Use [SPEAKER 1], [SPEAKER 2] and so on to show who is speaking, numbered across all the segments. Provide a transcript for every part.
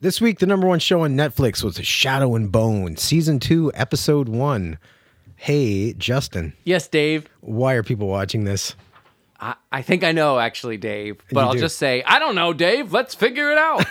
[SPEAKER 1] This week, the number one show on Netflix was Shadow and Bone, season two, episode one. Hey, Justin,
[SPEAKER 2] Yes, Dave.
[SPEAKER 1] why are people watching this?
[SPEAKER 2] I, I think I know actually, Dave. But
[SPEAKER 1] You
[SPEAKER 2] I'll
[SPEAKER 1] do.
[SPEAKER 2] just say, I don't know, Dave. Let's figure it out.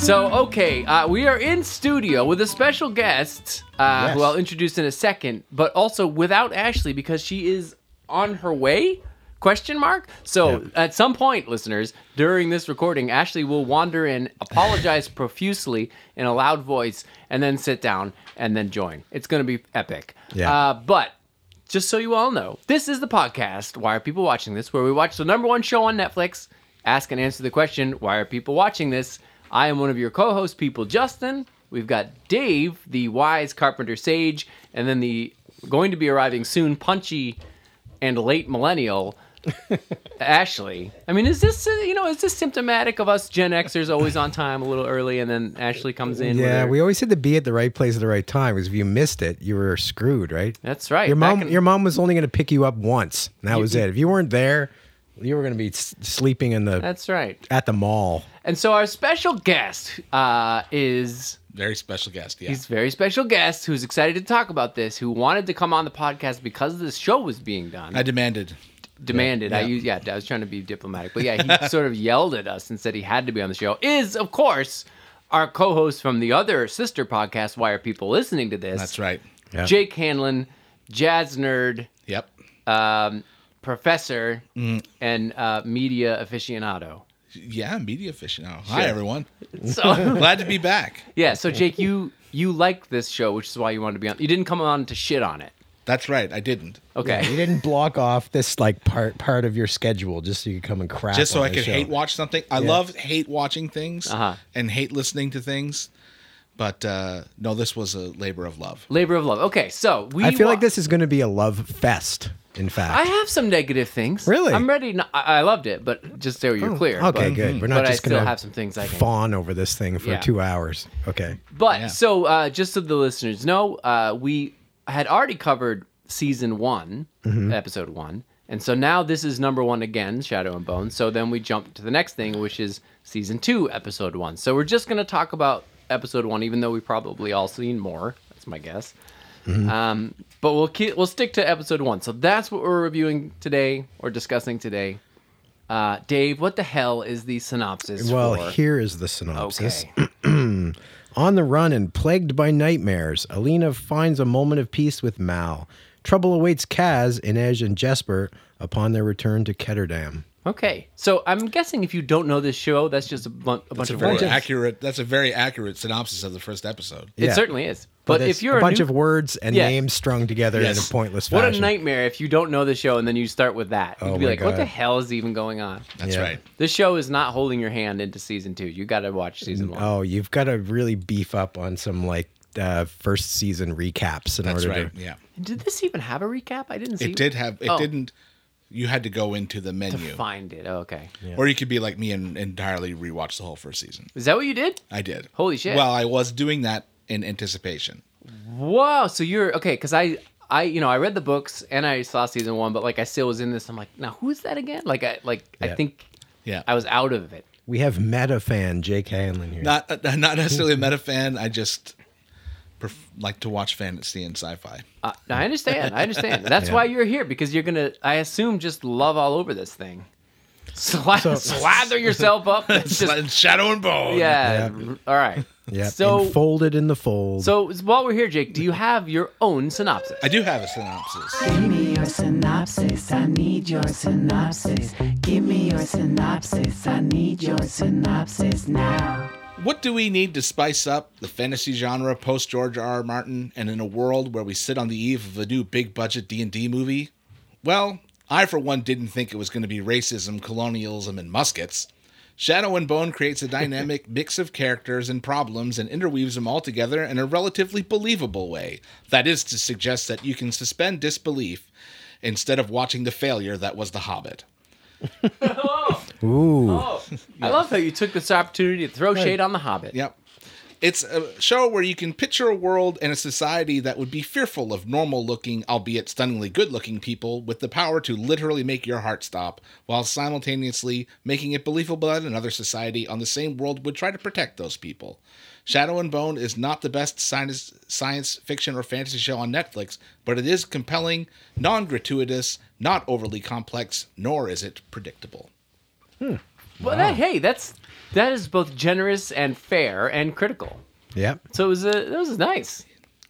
[SPEAKER 2] so, okay, uh, we are in studio with a special guest uh,
[SPEAKER 1] Yes.
[SPEAKER 2] who I'll introduce in a second, but also without Ashley because she is on her way. Question mark. So at some point, listeners, during this recording, Ashley will wander in, apologize profusely in a loud voice, and then sit down and then join. It's going to be epic.
[SPEAKER 1] Yeah.
[SPEAKER 2] Uh, but just so you all know, this is the podcast, Why Are People Watching This? where we watch the number one show on Netflix, ask and answer the question, Why Are People Watching This? I am one of your co host people, Justin. We've got Dave, the wise carpenter sage, and then the going to be arriving soon punchy and late millennial. Ashley, I mean, is this uh, you know is this symptomatic of us Gen Xers always on time, a little early, and then Ashley comes in? with
[SPEAKER 1] Yeah,
[SPEAKER 2] her-
[SPEAKER 1] we always had to be at the right place at the right time because if you missed it, you were screwed, right?
[SPEAKER 2] that's right.
[SPEAKER 1] Your
[SPEAKER 2] Back
[SPEAKER 1] mom,
[SPEAKER 2] in-
[SPEAKER 1] your mom was only going to pick you up once. And that
[SPEAKER 2] You-
[SPEAKER 1] was it. If you weren't there, you were going to be s- sleeping in the
[SPEAKER 2] that's right.
[SPEAKER 1] at the mall.
[SPEAKER 2] And so our special guest uh, is
[SPEAKER 3] Very special guest. Yeah.
[SPEAKER 2] he's a very special guest who's excited to talk about this, who wanted to come on the podcast because this show was being done.
[SPEAKER 3] I demanded.
[SPEAKER 2] demanded. I
[SPEAKER 3] yeah.
[SPEAKER 2] used yeah, I was trying to be diplomatic. But yeah, he sort of yelled at us and said he had to be on the show. Is of course our co-host from the other sister podcast, Why Are People Listening to This?
[SPEAKER 3] That's right.
[SPEAKER 1] Yeah.
[SPEAKER 2] Jake Hanlon, jazz nerd,
[SPEAKER 3] Yep.
[SPEAKER 2] um, professor,
[SPEAKER 3] Mm.
[SPEAKER 2] and uh, media aficionado.
[SPEAKER 3] Yeah, media aficionado. Hi everyone.
[SPEAKER 2] So
[SPEAKER 3] Glad to be back.
[SPEAKER 2] Yeah, so Jake, you you liked this show, which is why you wanted to be on. You didn't come on to shit on it.
[SPEAKER 3] That's right. I didn't.
[SPEAKER 2] Okay.
[SPEAKER 1] You didn't block off this like part part of your schedule just so you could come and crap.
[SPEAKER 3] Just so
[SPEAKER 1] on
[SPEAKER 3] I
[SPEAKER 1] the
[SPEAKER 3] could
[SPEAKER 1] show.
[SPEAKER 3] hate watch something. I love hate watching things
[SPEAKER 2] Uh-huh.
[SPEAKER 3] and hate listening to things. But uh, no, this was a labor of love.
[SPEAKER 2] Labor of love. Okay, so we
[SPEAKER 1] I feel
[SPEAKER 2] wa-
[SPEAKER 1] like this is going to be a love fest. In fact,
[SPEAKER 2] I have some negative things.
[SPEAKER 1] Really? Oh,
[SPEAKER 2] I'm ready. No, I, I loved it, but just so you're clear.
[SPEAKER 1] Okay,
[SPEAKER 2] but-
[SPEAKER 1] good. We're
[SPEAKER 2] but
[SPEAKER 1] not
[SPEAKER 2] I
[SPEAKER 1] just
[SPEAKER 2] still
[SPEAKER 1] gonna
[SPEAKER 2] have some things I can.
[SPEAKER 1] fawn over this thing for
[SPEAKER 2] Yeah.
[SPEAKER 1] two hours. Okay.
[SPEAKER 2] But
[SPEAKER 3] Yeah.
[SPEAKER 2] so uh, just so the listeners know, uh, we had already covered season one,
[SPEAKER 1] Mm-hmm.
[SPEAKER 2] episode one, and so now this is number one again, Shadow and Bone. So then we jump to the next thing, which is season two, episode one. So we're just gonna talk about episode one, even though we probably all seen more. That's my guess.
[SPEAKER 1] Mm-hmm.
[SPEAKER 2] Um, but we'll keep, we'll stick to episode one. So that's what we're reviewing today or discussing today. Uh, Dave, what the hell is the synopsis?
[SPEAKER 1] Well,
[SPEAKER 2] for?
[SPEAKER 1] here is the synopsis.
[SPEAKER 2] okay.
[SPEAKER 1] On the run and plagued by nightmares, Alina finds a moment of peace with Mal. Trouble awaits Kaz, Inej, and Jesper upon their return to Ketterdam.
[SPEAKER 2] Okay, so I'm guessing if you don't know this show, that's just a, bun- a bunch
[SPEAKER 3] It's a
[SPEAKER 2] of
[SPEAKER 3] very
[SPEAKER 2] words.
[SPEAKER 3] accurate. That's a very accurate synopsis of the first episode.
[SPEAKER 2] It
[SPEAKER 1] Yeah.
[SPEAKER 2] certainly is. But,
[SPEAKER 1] There's
[SPEAKER 2] if you're
[SPEAKER 1] a bunch
[SPEAKER 2] new-
[SPEAKER 1] of words and
[SPEAKER 2] Yeah.
[SPEAKER 1] names strung together in
[SPEAKER 3] Yes.
[SPEAKER 1] a pointless
[SPEAKER 2] what
[SPEAKER 1] fashion.
[SPEAKER 2] a nightmare if you don't know the show and then you start with that, you'd
[SPEAKER 1] Oh
[SPEAKER 2] be
[SPEAKER 1] my
[SPEAKER 2] like, "What the
[SPEAKER 1] God.
[SPEAKER 2] hell is even going on?"
[SPEAKER 3] That's
[SPEAKER 1] Yeah.
[SPEAKER 3] right.
[SPEAKER 2] This show is not holding your hand into season two. You got to watch season one.
[SPEAKER 1] Oh, you've got to really beef up on some like uh, first season recaps in
[SPEAKER 3] That's
[SPEAKER 1] order
[SPEAKER 3] right.
[SPEAKER 1] to.
[SPEAKER 3] Yeah.
[SPEAKER 2] Did this even have a recap? I didn't see.
[SPEAKER 3] It did have. It
[SPEAKER 2] Oh.
[SPEAKER 3] didn't. You had to go into the menu,
[SPEAKER 2] find it. Oh, okay,
[SPEAKER 3] or you could be like me and entirely rewatch the whole first season.
[SPEAKER 2] is that what you did?
[SPEAKER 3] I did.
[SPEAKER 2] Holy shit.
[SPEAKER 3] Well, I was doing that in anticipation.
[SPEAKER 2] Whoa! So you're okay because I, I, you know, I read the books and I saw season one, but like I still was in this. I'm like, now who's that again? Like I, like I
[SPEAKER 1] Yeah.
[SPEAKER 2] think,
[SPEAKER 3] Yeah.
[SPEAKER 2] I was out of it.
[SPEAKER 1] We have meta fan Jake Hanlon here.
[SPEAKER 3] not uh, not necessarily a meta fan. I just pref- like to watch fantasy and sci-fi.
[SPEAKER 2] Uh, I understand. I understand. That's why you're here because you're gonna, I assume, just love all over this thing. Sla- slather yourself up. and just-
[SPEAKER 3] Sla- Shadow and Bone.
[SPEAKER 2] yeah.
[SPEAKER 1] Yeah.
[SPEAKER 2] All right.
[SPEAKER 1] yeah.
[SPEAKER 2] So,
[SPEAKER 1] folded in the fold.
[SPEAKER 2] so while we're here, Jake, do you have your own synopsis?
[SPEAKER 3] I do have a synopsis.
[SPEAKER 4] Give me your synopsis. I need your synopsis. Give me your synopsis. I need your synopsis now.
[SPEAKER 3] What do we need to spice up the fantasy genre post George R. R. Martin and in a world where we sit on the eve of a new big budget D&D movie? Well, I for one didn't think it was going to be racism, colonialism and muskets. Shadow and Bone creates a dynamic mix of characters and problems and interweaves them all together in a relatively believable way. That is to suggest that you can suspend disbelief instead of watching the failure that was The Hobbit.
[SPEAKER 1] Ooh.
[SPEAKER 2] Oh, I love how you took this opportunity to throw shade on the Hobbit.
[SPEAKER 3] Yep. It's a show where you can picture a world and a society that would be fearful of normal looking, albeit stunningly good looking people with the power to literally make your heart stop, while simultaneously making it believable that another society on the same world would try to protect those people. Shadow and Bone is not the best science, science fiction or fantasy show on Netflix, but it is compelling, non gratuitous, not overly complex, nor is it predictable.
[SPEAKER 2] Well, that, hey, that's that is both generous and fair and critical.
[SPEAKER 1] Yep.
[SPEAKER 2] So it was a that was nice.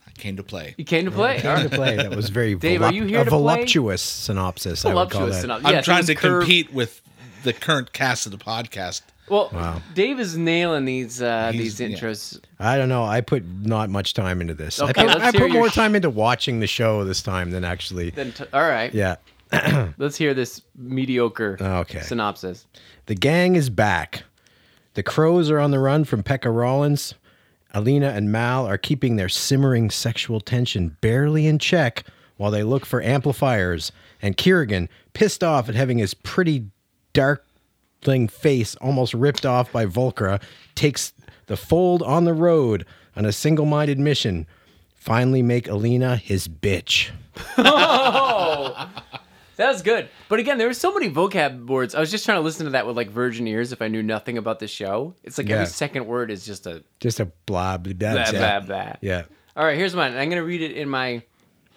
[SPEAKER 3] I came to play.
[SPEAKER 2] You came to play. All
[SPEAKER 1] To
[SPEAKER 2] right.
[SPEAKER 1] play that was very
[SPEAKER 2] Dave, are
[SPEAKER 1] volup-
[SPEAKER 2] you here
[SPEAKER 1] a
[SPEAKER 2] to play?
[SPEAKER 1] voluptuous synopsis. I would call
[SPEAKER 2] Voluptuous
[SPEAKER 1] that.
[SPEAKER 2] enough.
[SPEAKER 3] I'm
[SPEAKER 2] Yeah,
[SPEAKER 3] trying
[SPEAKER 2] things
[SPEAKER 3] to
[SPEAKER 2] curve-
[SPEAKER 3] compete with the current cast of the podcast.
[SPEAKER 2] Well,
[SPEAKER 1] Wow.
[SPEAKER 2] Dave is nailing these uh,
[SPEAKER 3] He's-
[SPEAKER 2] these
[SPEAKER 3] yeah.
[SPEAKER 2] intros.
[SPEAKER 1] I don't know. I put not much time into this.
[SPEAKER 2] Okay,
[SPEAKER 1] I put,
[SPEAKER 2] let's
[SPEAKER 1] I
[SPEAKER 2] hear
[SPEAKER 1] put
[SPEAKER 2] your
[SPEAKER 1] more
[SPEAKER 2] sh-
[SPEAKER 1] time into watching the show this time than actually.
[SPEAKER 2] Then t- all right,
[SPEAKER 1] Yeah.
[SPEAKER 2] let's hear this mediocre
[SPEAKER 1] Okay.
[SPEAKER 2] synopsis.
[SPEAKER 1] The gang is back. The crows are on the run from Pekka Rollins. Alina and Mal are keeping their simmering sexual tension barely in check while they look for amplifiers. And Kerrigan, pissed off at having his pretty darkling face almost ripped off by Volcra, takes the fold on the road on a single minded mission. Finally, make Alina his bitch.
[SPEAKER 2] That was good. But again, there were so many vocab words. I was just trying to listen to that with like virgin ears if I knew nothing about the show. It's like
[SPEAKER 1] Yeah.
[SPEAKER 2] every second word is just a
[SPEAKER 1] Just a blah, blah, blah.
[SPEAKER 2] blah,
[SPEAKER 1] yeah.
[SPEAKER 2] blah, blah.
[SPEAKER 1] Yeah.
[SPEAKER 2] All right, here's mine. And I'm going to read it in my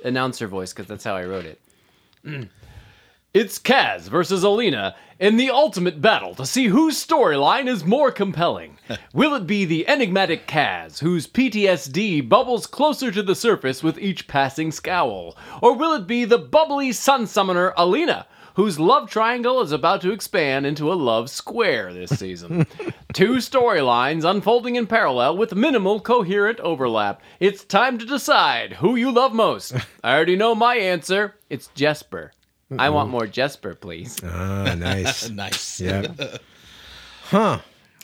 [SPEAKER 2] announcer voice because that's how I wrote it. It's Kaz versus Alina in the ultimate battle to see whose storyline is more compelling. Will it be the enigmatic Kaz, whose PTSD bubbles closer to the surface with each passing scowl? Or will it be the bubbly sun summoner Alina, whose love triangle is about to expand into a love square this season? Two storylines unfolding in parallel with minimal coherent overlap. It's time to decide who you love most. I already know my answer. It's Jesper. I want more Jesper, please.
[SPEAKER 1] Ah, nice.
[SPEAKER 3] Nice.
[SPEAKER 1] Yeah.
[SPEAKER 2] Yeah,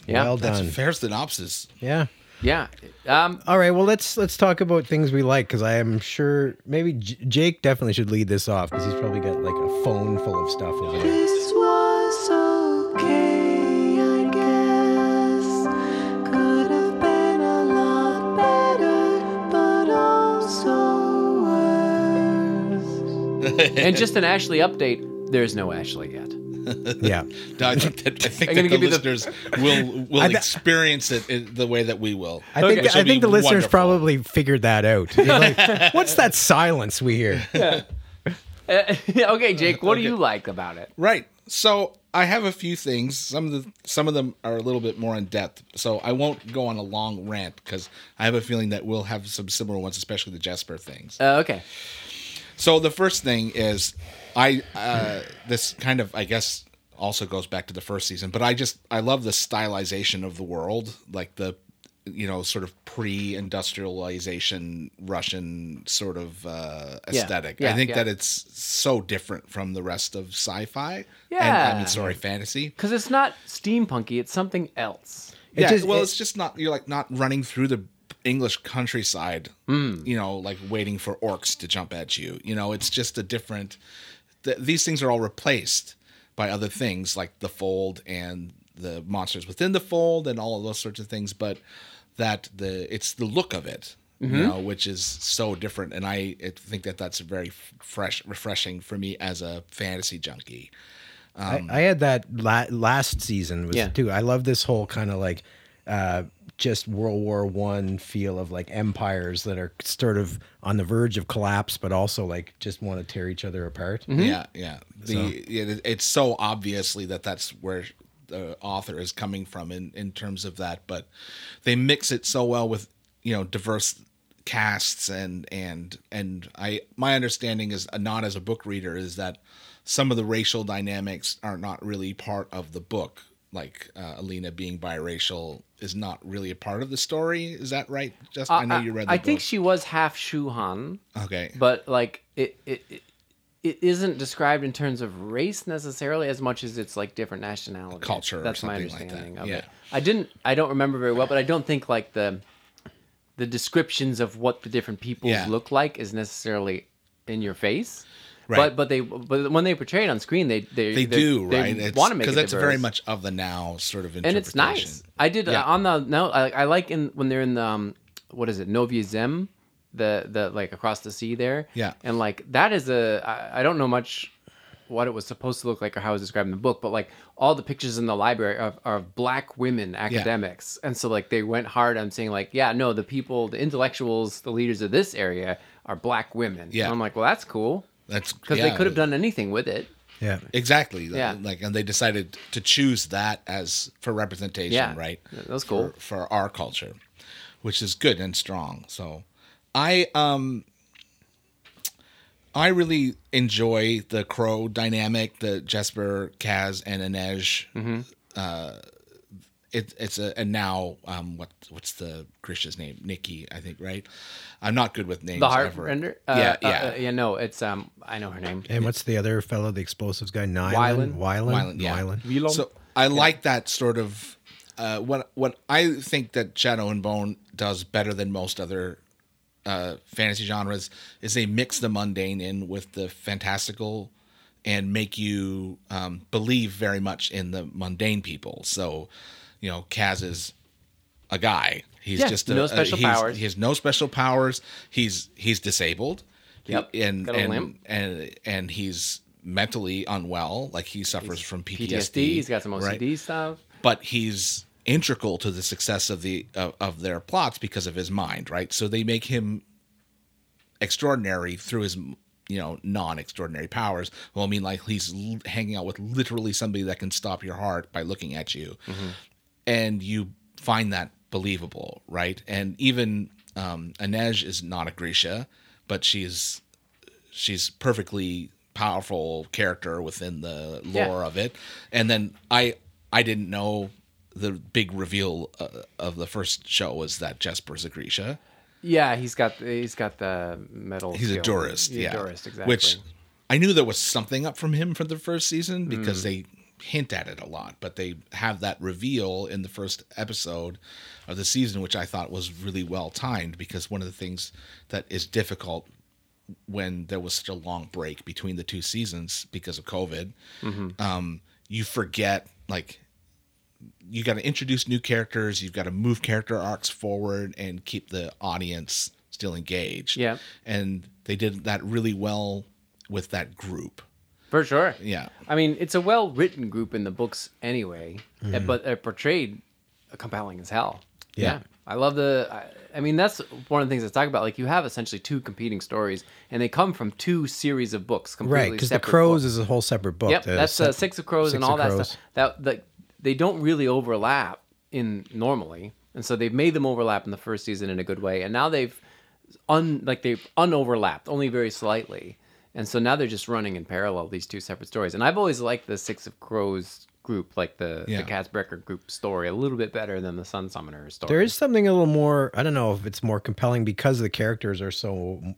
[SPEAKER 1] Well
[SPEAKER 3] That's
[SPEAKER 1] done.
[SPEAKER 3] fair synopsis.
[SPEAKER 1] Yeah.
[SPEAKER 2] yeah. Um,
[SPEAKER 1] All right. Well, let's let's talk about things we like because I am sure maybe J- Jake definitely should lead this off because he's probably got like a phone full of stuff. Over there.
[SPEAKER 4] This was okay, I guess. Could have been a lot better, but also worse.
[SPEAKER 2] and just an Ashley update. There's no Ashley yet.
[SPEAKER 1] Yeah.
[SPEAKER 3] No, I think that, I think
[SPEAKER 2] I'm
[SPEAKER 3] that
[SPEAKER 2] gonna
[SPEAKER 3] the
[SPEAKER 2] give you the-
[SPEAKER 3] listeners will will
[SPEAKER 1] bet-
[SPEAKER 3] experience it in the way that we will.
[SPEAKER 1] I think
[SPEAKER 3] Which
[SPEAKER 1] I
[SPEAKER 3] will be
[SPEAKER 1] think the listeners
[SPEAKER 3] wonderful.
[SPEAKER 1] probably figured that out. They're like, What's that silence we hear?
[SPEAKER 2] Uh, okay, Jake, what do you like about it?
[SPEAKER 3] Right. So I have a few things. Some of the some of them are a little bit more in depth. So I won't go on a long rant because I have a feeling that we'll have some similar ones, especially the Jesper things.
[SPEAKER 2] Uh, okay.
[SPEAKER 3] So the first thing is, I uh, this kind of I guess also goes back to the first season, but I just I love the stylization of the world, like the you know sort of pre-industrialization Russian sort of uh, aesthetic.
[SPEAKER 2] Yeah,
[SPEAKER 3] I think
[SPEAKER 2] yeah.
[SPEAKER 3] that it's so different from the rest of sci-fi. and, I
[SPEAKER 2] Yeah.
[SPEAKER 3] mean sorry, fantasy.
[SPEAKER 2] Because it's not steampunky, it's something else.
[SPEAKER 1] It
[SPEAKER 3] yeah,
[SPEAKER 1] just-
[SPEAKER 3] well,
[SPEAKER 1] it-
[SPEAKER 3] it's just not you're like not running through the English countryside,
[SPEAKER 1] Mm.
[SPEAKER 3] you know, like waiting for orcs to jump at you. You know, it's just a different. Th- these things are all replaced by other things like the fold and the monsters within the fold and all of those sorts of things. But that the it's the look of it,
[SPEAKER 1] Mm-hmm.
[SPEAKER 3] you know, which is so different. And I I think that that's very f- fresh, refreshing for me as a fantasy junkie.
[SPEAKER 1] I, I had that la- last season was
[SPEAKER 2] Yeah.
[SPEAKER 1] too. I love this whole kind of like uh, just World War One feel of like empires that are sort of on the verge of collapse, but also like just want to tear each other apart.
[SPEAKER 2] Mm-hmm.
[SPEAKER 3] Yeah, yeah. The it, it's so obviously that that's where the author is coming from in in terms of that, but they mix it so well with you know diverse casts and and and I my understanding is uh, not as a book reader is that some of the racial dynamics are not really part of the book. Like uh, Alina being biracial is not really a part of the story. Is that right? Just I know you read. The
[SPEAKER 2] Uh, I
[SPEAKER 3] book.
[SPEAKER 2] think she was half Shuhan.
[SPEAKER 3] okay,
[SPEAKER 2] but like it, it it it isn't described in terms of race necessarily as much as it's like different nationality
[SPEAKER 3] Culture or
[SPEAKER 2] that's my
[SPEAKER 3] something like that,
[SPEAKER 2] understanding of
[SPEAKER 3] yeah.
[SPEAKER 2] it i didn't i don't remember very well but i don't think like the the descriptions of what the different peoples
[SPEAKER 3] Yeah.
[SPEAKER 2] look like is necessarily in your face
[SPEAKER 3] Right.
[SPEAKER 2] But but they but when they portray it on screen, they they
[SPEAKER 3] They do, right?
[SPEAKER 2] They
[SPEAKER 3] It's-
[SPEAKER 2] want to make it
[SPEAKER 3] that's
[SPEAKER 2] diverse.
[SPEAKER 3] very much of the now sort of
[SPEAKER 2] and
[SPEAKER 3] interpretation.
[SPEAKER 2] it's nice. I did
[SPEAKER 3] Yeah.
[SPEAKER 2] uh, on the no. I, I like in when they're in the um, what is it Novia Zem, the the like across the sea there.
[SPEAKER 3] Yeah.
[SPEAKER 2] and like that is a I, I don't know much what it was supposed to look like or how it was described in the book, but like all the pictures in the library are, are of black women academics, and so like they went hard on saying like yeah no the people the intellectuals the leaders of this area are black women.
[SPEAKER 3] Yeah.
[SPEAKER 2] and I'm like well that's cool
[SPEAKER 3] That's
[SPEAKER 2] because
[SPEAKER 3] yeah,
[SPEAKER 2] they could have done anything with it.
[SPEAKER 1] Yeah.
[SPEAKER 3] exactly.
[SPEAKER 2] Yeah.
[SPEAKER 3] Like, and they decided to choose that as for representation,
[SPEAKER 2] Yeah.
[SPEAKER 3] right?
[SPEAKER 2] That was cool.
[SPEAKER 3] for, for our culture, which is good and strong. So, I um, I really enjoy the crow dynamic, the Jesper, Kaz, and Inej.
[SPEAKER 2] Mm-hmm.
[SPEAKER 3] Uh, it, it's a and now um, what what's the Grisha's name? Nikki, I think, right? I'm not good with names.
[SPEAKER 2] The heart
[SPEAKER 3] ever.
[SPEAKER 2] render.
[SPEAKER 3] yeah,
[SPEAKER 2] uh,
[SPEAKER 3] yeah.
[SPEAKER 2] uh, yeah. No, it's um I know her name.
[SPEAKER 1] And what's the other fellow, the explosives guy?
[SPEAKER 2] Weiland?
[SPEAKER 1] Nyland?
[SPEAKER 3] Weiland,
[SPEAKER 1] Wyland?
[SPEAKER 3] yeah.
[SPEAKER 1] Wyland?
[SPEAKER 3] So I like that sort of uh, what what I think that Shadow and Bone does better than most other uh, fantasy genres is they mix the mundane in with the fantastical and make you um, believe very much in the mundane people. So, you know, Kaz is a guy. He's
[SPEAKER 2] Yeah,
[SPEAKER 3] just a,
[SPEAKER 2] no
[SPEAKER 3] a-
[SPEAKER 2] special
[SPEAKER 3] he's-
[SPEAKER 2] powers.
[SPEAKER 3] He has no special powers. He's he's disabled.
[SPEAKER 2] Yep.
[SPEAKER 3] He- and
[SPEAKER 2] Got a
[SPEAKER 3] and,
[SPEAKER 2] limp.
[SPEAKER 3] and and he's mentally unwell. Like he suffers from PTSD.
[SPEAKER 2] PTSD. He's got some
[SPEAKER 3] right?
[SPEAKER 2] OCD stuff.
[SPEAKER 3] but he's integral to the success of the of, of their plots because of his mind, right? So they make him extraordinary through his you know non-extraordinary powers. Well, I mean, like he's l- hanging out with literally somebody that can stop your heart by looking at you, and you find that believable, right? And even um, Inej is not a Grisha, but she's she's perfectly powerful character within the lore
[SPEAKER 2] Yeah.
[SPEAKER 3] of it. And then I I didn't know the big reveal uh, of the first show was that Jesper's a Grisha.
[SPEAKER 2] Yeah, he's got he's got the metal.
[SPEAKER 3] He's a
[SPEAKER 2] skill.
[SPEAKER 3] Durist.
[SPEAKER 2] He's
[SPEAKER 3] yeah.
[SPEAKER 2] a Durist, exactly. Hmm.
[SPEAKER 3] Which I knew there was something up from him from the first season because they hint at it a lot, but they have that reveal in the first episode of the season, which I thought was really well timed because one of the things that is difficult when there was such a long break between the two seasons because of COVID, um, you forget like you got to introduce new characters, you've got to move character arcs forward and keep the audience still engaged.
[SPEAKER 2] Yeah.
[SPEAKER 3] And they did that really well with that group.
[SPEAKER 2] for sure.
[SPEAKER 3] Yeah.
[SPEAKER 2] I mean, it's a well written group in the books anyway, eh,
[SPEAKER 3] Mm-hmm.
[SPEAKER 2] but they're portrayed compelling as hell.
[SPEAKER 1] Yeah.
[SPEAKER 2] I love the. I, I mean, that's one of the things I talk about. Like, you have essentially two competing stories, and they come from two series of books. Completely
[SPEAKER 1] Right, because the
[SPEAKER 2] separate
[SPEAKER 1] crows
[SPEAKER 2] books.
[SPEAKER 1] is a whole separate book.
[SPEAKER 2] Yep,
[SPEAKER 1] They're
[SPEAKER 2] that's uh,
[SPEAKER 1] sep-
[SPEAKER 2] six of crows and
[SPEAKER 1] Six
[SPEAKER 2] all
[SPEAKER 1] of
[SPEAKER 2] that
[SPEAKER 1] Crows.
[SPEAKER 2] stuff. That like they don't really overlap in normally, and so they've made them overlap in the first season in a good way, and now they've un like they've unoverlapped only very slightly, and so now they're just running in parallel these two separate stories. And I've always liked the six of crows group, like the
[SPEAKER 3] Yeah.
[SPEAKER 2] the Cats Brecker group story, a little bit better than the Sun Summoner story.
[SPEAKER 1] There is something a little more. I don't know if it's more compelling because the characters are so m-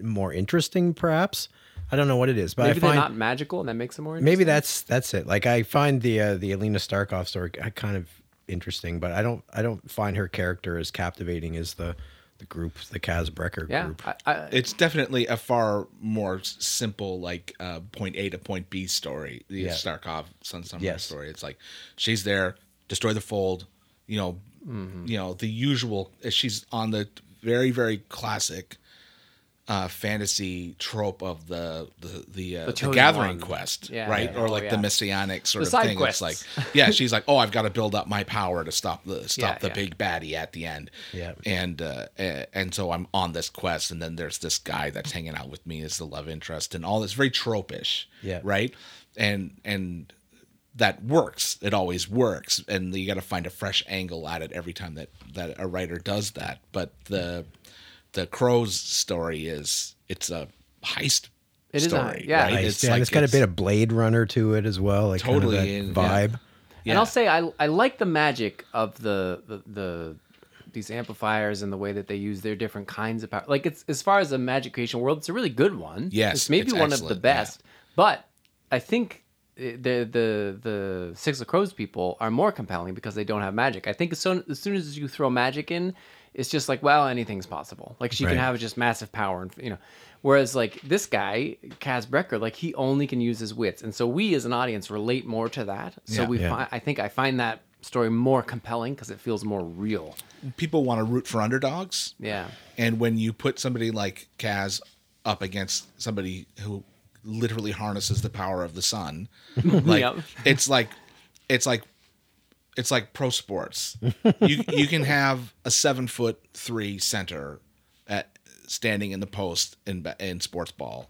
[SPEAKER 1] more interesting. Perhaps I don't know what it is, but
[SPEAKER 2] maybe
[SPEAKER 1] I
[SPEAKER 2] they're
[SPEAKER 1] find
[SPEAKER 2] not magical, and that makes them more interesting.
[SPEAKER 1] maybe that's that's it. Like I find the uh, the Alina Starkov story uh, kind of interesting, but I don't I don't find her character as captivating as the the group, the Kaz Brecker
[SPEAKER 2] yeah.
[SPEAKER 1] group.
[SPEAKER 2] I, I,
[SPEAKER 3] It's definitely a far more s- simple, like uh, point A to point B story, the
[SPEAKER 1] Yeah.
[SPEAKER 3] Starkov Sun Summer
[SPEAKER 1] Yes.
[SPEAKER 3] story. It's like she's there, destroy the fold, you know,
[SPEAKER 2] Mm-hmm.
[SPEAKER 3] you know the usual. uh, She's on the very very classic uh, fantasy trope of the the the, uh, the,
[SPEAKER 2] chosen
[SPEAKER 3] gathering
[SPEAKER 2] one.
[SPEAKER 3] quest,
[SPEAKER 2] Yeah,
[SPEAKER 3] right?
[SPEAKER 2] yeah,
[SPEAKER 3] Or
[SPEAKER 2] oh,
[SPEAKER 3] like
[SPEAKER 2] yeah.
[SPEAKER 3] the messianic sort
[SPEAKER 2] The
[SPEAKER 3] of
[SPEAKER 2] side
[SPEAKER 3] thing.
[SPEAKER 2] quests.
[SPEAKER 3] It's like yeah, she's like, oh, I've got to build up my power to stop the stop
[SPEAKER 2] Yeah,
[SPEAKER 3] the
[SPEAKER 2] yeah.
[SPEAKER 3] big baddie at the end.
[SPEAKER 1] Yeah.
[SPEAKER 3] And uh, a- and so I'm on this quest, and then there's this guy that's hanging out with me as the love interest, and all this very tropish.
[SPEAKER 1] Yeah.
[SPEAKER 3] Right. And and that works. It always works, and you got to find a fresh angle at it every time that that a writer does that. But the the crow's story is it's a heist.
[SPEAKER 2] It is a-
[SPEAKER 3] story,
[SPEAKER 2] yeah.
[SPEAKER 3] right?
[SPEAKER 1] Nice.
[SPEAKER 3] It's
[SPEAKER 1] yeah,
[SPEAKER 3] like
[SPEAKER 1] it's got a bit of Blade Runner to it as well, like
[SPEAKER 3] Totally,
[SPEAKER 1] kind
[SPEAKER 3] and-
[SPEAKER 1] of that
[SPEAKER 3] yeah.
[SPEAKER 1] vibe.
[SPEAKER 2] And
[SPEAKER 3] Yeah.
[SPEAKER 2] I'll say I I like the magic of the, the the these amplifiers and the way that they use their different kinds of power. Like it's as far as the magic creation world, it's a really good one.
[SPEAKER 3] Yes,
[SPEAKER 2] it's maybe
[SPEAKER 3] it's
[SPEAKER 2] one of
[SPEAKER 3] excellent,
[SPEAKER 2] the best. But I think eh, the the the Six of Crows people are more compelling because they don't have magic. I think as soon as, soon as you throw magic in, it's just like well anything's possible. Like she
[SPEAKER 1] Right.
[SPEAKER 2] can have just massive power and you know. Whereas like this guy Kaz Brecker, like he only can use his wits, and so we as an audience relate more to that. So
[SPEAKER 3] Yeah.
[SPEAKER 2] we
[SPEAKER 1] Yeah.
[SPEAKER 2] find I think I find that story more compelling because it feels more real.
[SPEAKER 3] People want to root for underdogs.
[SPEAKER 2] Yeah.
[SPEAKER 3] And when you put somebody like Kaz up against somebody who literally harnesses the power of the sun, like
[SPEAKER 2] Yep.
[SPEAKER 3] it's like it's like it's like pro sports. you you can have a seven foot three center at standing in the post in ba- in sports ball,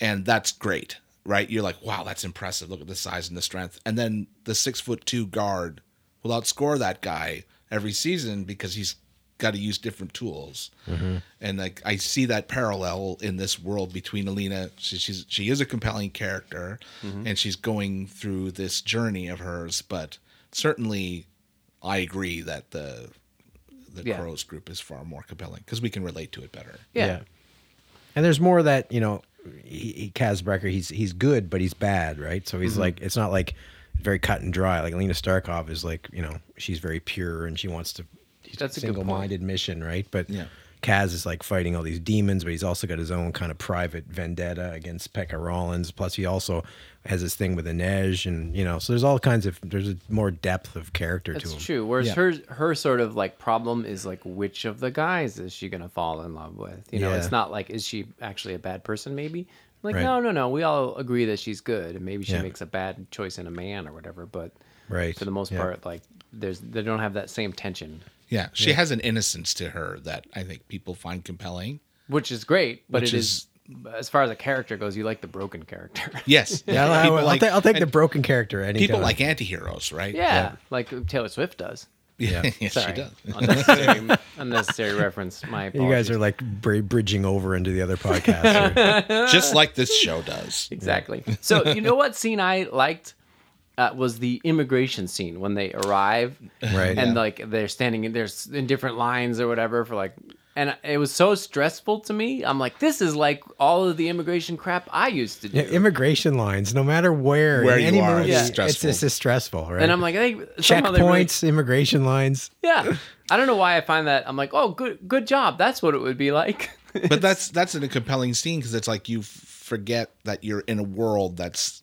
[SPEAKER 3] and that's great, right? You're like, wow, that's impressive. Look at the size and the strength, and then the six foot two guard will outscore that guy every season because he's got to use different tools. And like I see that parallel in this world between Alina, she, she's she is a compelling character, and she's going through this journey of hers, but certainly I agree that the the
[SPEAKER 2] Yeah.
[SPEAKER 3] crows group is far more compelling because we can relate to it better.
[SPEAKER 2] Yeah.
[SPEAKER 1] And there's more of that, you know, he, he, Kaz Brecker, he's he's good, but he's bad, right? So he's
[SPEAKER 2] Mm-hmm.
[SPEAKER 1] like, it's not like very cut and dry. Like Lena Starkov is like, you know, she's very pure and she wants to. she's
[SPEAKER 2] That's a good point.
[SPEAKER 1] single-minded mission, right? But
[SPEAKER 3] Yeah.
[SPEAKER 1] Kaz is like fighting all these demons, but he's also got his own kind of private vendetta against Pekka Rollins. Plus, he also has this thing with Inej, and you know, so there's all kinds of there's a more depth of character to
[SPEAKER 2] That's
[SPEAKER 1] him.
[SPEAKER 2] true. Whereas
[SPEAKER 3] Yeah.
[SPEAKER 2] her her sort of like problem is like which of the guys is she gonna fall in love with? You know,
[SPEAKER 1] Yeah.
[SPEAKER 2] it's not like is she actually a bad person? Maybe like
[SPEAKER 1] Right.
[SPEAKER 2] no, no, no. We all agree that she's good, and maybe she
[SPEAKER 1] Yeah.
[SPEAKER 2] makes a bad choice in a man or whatever. But
[SPEAKER 1] Right.
[SPEAKER 2] for the most
[SPEAKER 1] Yeah.
[SPEAKER 2] part, like there's they don't have that same tension,
[SPEAKER 3] Yeah, she has an innocence to her that I think people find compelling.
[SPEAKER 2] which is great. But
[SPEAKER 3] Which
[SPEAKER 2] it is, as far as a character goes, you like the broken character.
[SPEAKER 3] Yes,
[SPEAKER 1] Yeah, I'll,
[SPEAKER 3] people
[SPEAKER 1] I'll
[SPEAKER 3] like-
[SPEAKER 1] ta- I'll take the
[SPEAKER 3] and
[SPEAKER 1] broken character. Any
[SPEAKER 3] people
[SPEAKER 1] time.
[SPEAKER 3] like antiheroes, right?
[SPEAKER 2] yeah, like Taylor Swift does.
[SPEAKER 3] yeah, yes, she
[SPEAKER 2] Sorry,
[SPEAKER 3] does.
[SPEAKER 2] unnecessary, unnecessary reference. My apologies.
[SPEAKER 1] You guys are like br- bridging over into the other podcast. here.
[SPEAKER 3] Just like this show does.
[SPEAKER 2] Exactly. So you know what scene I liked uh, was the immigration scene when they arrive,
[SPEAKER 1] Right.
[SPEAKER 2] And
[SPEAKER 1] Yeah.
[SPEAKER 2] like they're standing in there's in different lines or whatever for like, and it was so stressful to me. I'm like, this is like all of the immigration crap I used to do.
[SPEAKER 1] Yeah, immigration lines, no matter where,
[SPEAKER 3] Where
[SPEAKER 1] in
[SPEAKER 3] you
[SPEAKER 1] any
[SPEAKER 3] are,
[SPEAKER 1] movie,
[SPEAKER 3] it's
[SPEAKER 1] it's,
[SPEAKER 3] stressful.
[SPEAKER 1] just it's stressful, right?
[SPEAKER 2] and I'm like, they somehow they really-
[SPEAKER 1] checkpoints, immigration lines.
[SPEAKER 2] yeah, I don't know why I find that. I'm like, oh, good, good job. That's what it would be like.
[SPEAKER 3] But that's that's a compelling scene because it's like you f- forget that you're in a world that's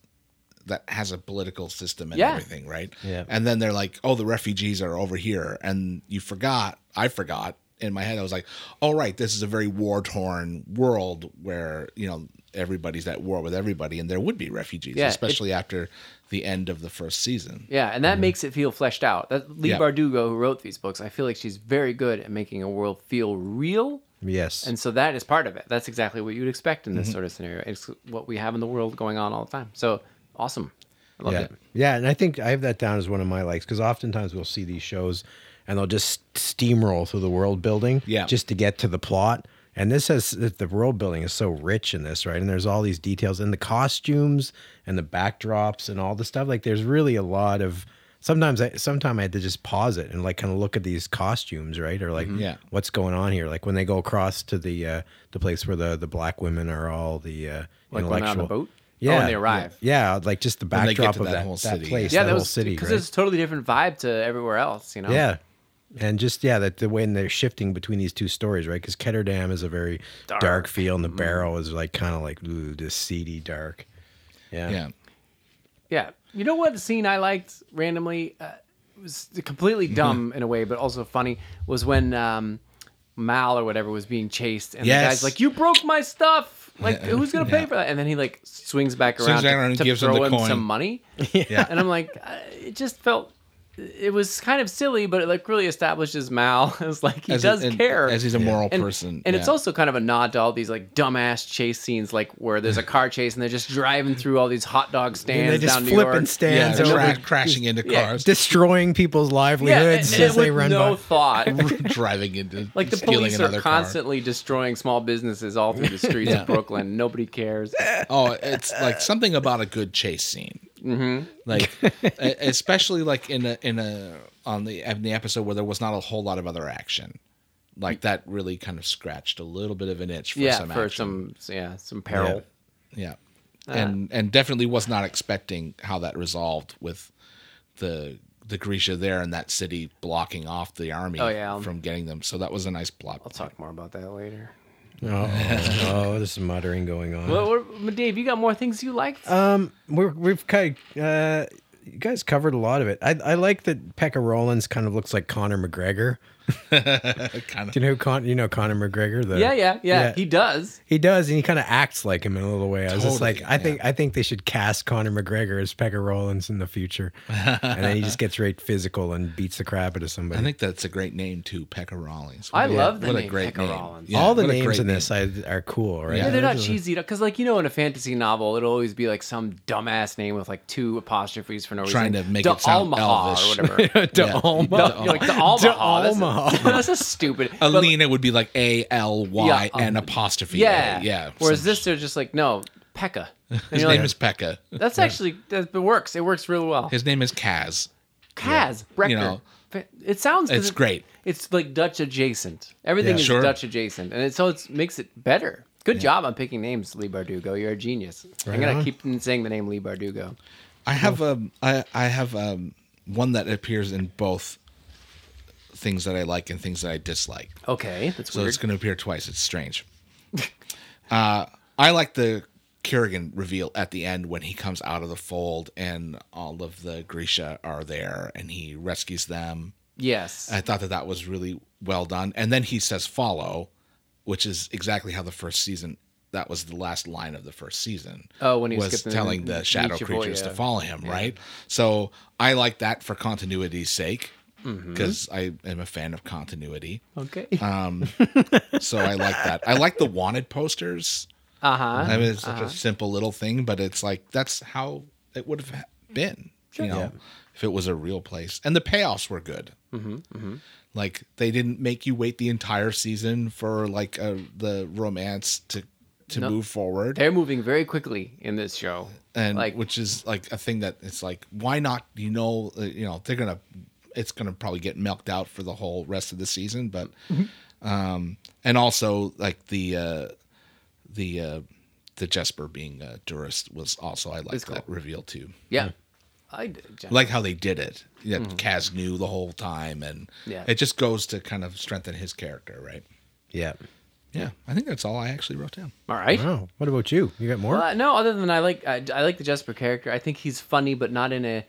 [SPEAKER 3] that has a political system and
[SPEAKER 2] Yeah.
[SPEAKER 3] everything, right?
[SPEAKER 1] Yeah.
[SPEAKER 3] And then they're like, "Oh, the refugees are over here," and you forgot. I forgot in my head. I was like, "All right, this is a very war torn world where you know everybody's at war with everybody, and there would be refugees,
[SPEAKER 2] Yeah, it-
[SPEAKER 3] especially after the end of the first season."
[SPEAKER 2] Yeah, and
[SPEAKER 1] Mm-hmm.
[SPEAKER 2] that makes it feel fleshed out. That Lee
[SPEAKER 3] Yeah.
[SPEAKER 2] Bardugo, who wrote these books, I feel like she's very good at making a world feel real
[SPEAKER 1] Yes.
[SPEAKER 2] And so that is part of it. That's exactly what you'd expect in this
[SPEAKER 1] Mm-hmm.
[SPEAKER 2] sort of scenario. It's what we have in the world going on all the time. So awesome. I love
[SPEAKER 1] yeah.
[SPEAKER 2] it.
[SPEAKER 1] Yeah. And I think I have that down as one of my likes because oftentimes we'll see these shows and they'll just steamroll through the world building
[SPEAKER 3] Yeah.
[SPEAKER 1] just to get to the plot. And this has the world building is so rich in this, right? And there's all these details and the costumes and the backdrops and all the stuff. Like there's really a lot of sometimes I sometimes I had to just pause it and like kind of look at these costumes, right? Or like
[SPEAKER 2] Mm-hmm.
[SPEAKER 3] Yeah.
[SPEAKER 1] what's going on here? Like when they go across to the uh the place where the the black women are all the uh
[SPEAKER 2] Like when they're on
[SPEAKER 1] intellectual
[SPEAKER 2] the boat.
[SPEAKER 1] yeah,
[SPEAKER 2] Oh, when they arrive.
[SPEAKER 1] Yeah, like just the
[SPEAKER 3] they get
[SPEAKER 1] backdrop
[SPEAKER 3] to
[SPEAKER 1] of
[SPEAKER 3] that
[SPEAKER 1] that,
[SPEAKER 3] whole
[SPEAKER 1] that
[SPEAKER 3] city,
[SPEAKER 1] place,
[SPEAKER 2] Yeah,
[SPEAKER 1] that,
[SPEAKER 2] that
[SPEAKER 1] whole
[SPEAKER 2] was
[SPEAKER 1] city,
[SPEAKER 2] because
[SPEAKER 1] right?
[SPEAKER 2] it's a totally different vibe to everywhere else. You know.
[SPEAKER 1] yeah, and just yeah, that the when they're shifting between these two stories, right? Because Ketterdam is a very dark,
[SPEAKER 2] Dark. Mm-hmm.
[SPEAKER 1] feel, and the barrel is like kind of like ooh, this seedy dark. Yeah,
[SPEAKER 3] Yeah.
[SPEAKER 2] Yeah. You know what scene I liked randomly? Uh, it was completely dumb in a way, but also funny. Was when um, Mal or whatever was being chased, and the
[SPEAKER 3] Yes.
[SPEAKER 2] guy's like, "You broke my stuff." Like, who's gonna pay
[SPEAKER 3] Yeah.
[SPEAKER 2] for that? And then he like swings back
[SPEAKER 3] Swings
[SPEAKER 2] around,
[SPEAKER 3] back
[SPEAKER 2] to,
[SPEAKER 3] around and
[SPEAKER 2] to
[SPEAKER 3] gives him
[SPEAKER 2] throw
[SPEAKER 3] the
[SPEAKER 2] him
[SPEAKER 3] coin.
[SPEAKER 2] some money.
[SPEAKER 3] Yeah.
[SPEAKER 2] and I'm like, uh, it just felt. It was kind of silly, but it like really establishes Mal as like he
[SPEAKER 3] As a-
[SPEAKER 2] does
[SPEAKER 3] and-
[SPEAKER 2] care
[SPEAKER 3] as he's a moral
[SPEAKER 2] and,
[SPEAKER 3] person,
[SPEAKER 2] and it's
[SPEAKER 3] yeah.
[SPEAKER 2] also kind of a nod to all these like dumbass chase scenes, like where there's a car chase and they're just driving through all these hot dog
[SPEAKER 1] and
[SPEAKER 2] stands
[SPEAKER 1] they just
[SPEAKER 2] down New York.
[SPEAKER 1] flipping
[SPEAKER 3] Yeah,
[SPEAKER 1] stands
[SPEAKER 3] tra-
[SPEAKER 1] over,
[SPEAKER 3] crashing into
[SPEAKER 2] yeah,
[SPEAKER 3] cars,
[SPEAKER 1] destroying people's
[SPEAKER 2] yeah, and,
[SPEAKER 1] livelihoods
[SPEAKER 2] and
[SPEAKER 1] as they
[SPEAKER 2] with
[SPEAKER 1] run
[SPEAKER 2] no
[SPEAKER 1] by.
[SPEAKER 2] thought.
[SPEAKER 3] driving into
[SPEAKER 2] Like the
[SPEAKER 3] stealing
[SPEAKER 2] police
[SPEAKER 3] another
[SPEAKER 2] are
[SPEAKER 3] car.
[SPEAKER 2] constantly destroying small businesses all through the streets
[SPEAKER 3] Yeah.
[SPEAKER 2] of Brooklyn. Nobody cares.
[SPEAKER 3] Oh, it's like something about a good chase scene. Mm-hmm. Like, e- especially like in a in a on the in the episode where there was not a whole lot of other action, like that really kind of scratched a little bit of an itch for
[SPEAKER 2] yeah,
[SPEAKER 3] some
[SPEAKER 2] for uh,
[SPEAKER 3] action.
[SPEAKER 2] some yeah some peril.
[SPEAKER 3] yeah. and and definitely was not expecting how that resolved with the the Grisha there in that city blocking off the army
[SPEAKER 2] Oh, yeah.
[SPEAKER 3] from getting them. So that was a nice plot.
[SPEAKER 2] I'll talk more about that later.
[SPEAKER 1] Oh, oh, there's some muttering going on. Um,
[SPEAKER 2] Well, what- Dave, you got more things you liked?
[SPEAKER 1] Uh, We're, we've kind of, uh, you guys covered a lot of it. I, I like that Pekka Rollins kind of looks like Conor McGregor.
[SPEAKER 3] kind of
[SPEAKER 1] Do you know who Con- you know Conor McGregor? The,
[SPEAKER 2] yeah, yeah, yeah,
[SPEAKER 1] yeah.
[SPEAKER 2] He does.
[SPEAKER 1] He does, and he kind of acts like him in a little way. I was just
[SPEAKER 3] Totally,
[SPEAKER 1] like, I think I think they should cast Conor McGregor as Pekka Rollins in the future, and then he just gets right physical and beats the crap out of somebody.
[SPEAKER 3] I think that's a great name too, Pekka Rollins.
[SPEAKER 2] I
[SPEAKER 3] What a-
[SPEAKER 2] love the
[SPEAKER 3] what a
[SPEAKER 2] name
[SPEAKER 3] great
[SPEAKER 2] Pekka
[SPEAKER 3] name.
[SPEAKER 2] Rollins.
[SPEAKER 3] Yeah,
[SPEAKER 1] All the
[SPEAKER 3] what a
[SPEAKER 1] names
[SPEAKER 3] great
[SPEAKER 1] in this I, are cool, right?
[SPEAKER 2] Yeah,
[SPEAKER 3] Yeah,
[SPEAKER 2] they're not cheesy because, like, you know, in a fantasy novel, it'll always be like some dumbass name with like two apostrophes for no reason,
[SPEAKER 3] Trying to make
[SPEAKER 2] Da
[SPEAKER 3] it sound
[SPEAKER 2] Almaha
[SPEAKER 3] elvish.
[SPEAKER 2] or whatever.
[SPEAKER 1] to
[SPEAKER 3] Yeah.
[SPEAKER 1] Alma.
[SPEAKER 2] Da, you're like the Almaha. That's a-
[SPEAKER 1] Almaha.
[SPEAKER 2] That's, a stupid. but, like,
[SPEAKER 3] Alina would be like A L
[SPEAKER 2] Yeah,
[SPEAKER 3] Y
[SPEAKER 2] um,
[SPEAKER 3] and apostrophe.
[SPEAKER 2] yeah,
[SPEAKER 3] A. yeah.
[SPEAKER 2] Whereas
[SPEAKER 3] So
[SPEAKER 2] this, they're just like, no, Pekka. And
[SPEAKER 3] his
[SPEAKER 2] you're
[SPEAKER 3] name
[SPEAKER 2] like,
[SPEAKER 3] is Pekka.
[SPEAKER 2] That's actually that it works. It works really well.
[SPEAKER 3] His name is Kaz.
[SPEAKER 2] Kaz Brecker.
[SPEAKER 3] You know,
[SPEAKER 2] Fa- it sounds 'cause
[SPEAKER 3] it's
[SPEAKER 2] it-
[SPEAKER 3] great.
[SPEAKER 2] It's like Dutch adjacent. Everything
[SPEAKER 3] Yeah,
[SPEAKER 2] is
[SPEAKER 3] sure.
[SPEAKER 2] Dutch adjacent, and it, so it makes it better. Good job on picking names, Lee Bardugo. You're a genius. I'm gonna
[SPEAKER 1] on.
[SPEAKER 2] keep saying the name Lee Bardugo.
[SPEAKER 3] I have um I, I have um one that appears in both things that I like and things that I dislike.
[SPEAKER 2] Okay, that's
[SPEAKER 3] So
[SPEAKER 2] weird.
[SPEAKER 3] it's going to appear twice. It's strange. uh, I like the Kerrigan reveal at the end when he comes out of the fold and all of the Grisha are there and he rescues them.
[SPEAKER 2] yes,
[SPEAKER 3] I thought that that was really well done. And then he says follow, which is exactly how the first season that was the last line of the first season.
[SPEAKER 2] Oh, when he was
[SPEAKER 3] was
[SPEAKER 2] skipping
[SPEAKER 3] telling the
[SPEAKER 2] the
[SPEAKER 3] shadow
[SPEAKER 2] Nietzsche boy,
[SPEAKER 3] creatures
[SPEAKER 2] yeah.
[SPEAKER 3] to follow him, right? So I like that for continuity's sake
[SPEAKER 2] Mm-hmm.
[SPEAKER 3] because I am a fan of continuity.
[SPEAKER 2] okay,
[SPEAKER 3] Uh, So I like that. I like the wanted posters.
[SPEAKER 2] uh huh.
[SPEAKER 3] I mean, it's such a simple little thing, but it's like that's how it would have been, you know, if it was a real place. And the payoffs were good. Mm-hmm, Like they didn't make you wait the entire season for like a, the romance to to move forward,
[SPEAKER 2] They're moving very quickly in this show,
[SPEAKER 3] and
[SPEAKER 2] like
[SPEAKER 3] which is like a thing that it's like why not? You know, uh, you know they're gonna it's gonna probably get milked out for the whole rest of the season, but
[SPEAKER 2] Mm-hmm.
[SPEAKER 3] um, and also like the uh, the uh, the Jesper being a tourist was also I like
[SPEAKER 2] It's
[SPEAKER 3] that reveal too.
[SPEAKER 2] yeah. I did.
[SPEAKER 3] I like how they did it. Yeah, Kaz knew the whole time, and
[SPEAKER 2] Mm-hmm. Yeah.
[SPEAKER 3] it just goes to kind of strengthen his character, right?
[SPEAKER 1] yeah.
[SPEAKER 3] Yeah, I think that's all I actually wrote down.
[SPEAKER 2] All right.
[SPEAKER 1] Wow. What about you? You got more?
[SPEAKER 2] Uh, no, other than I like I, I like the Jesper character. I think he's funny, but not in a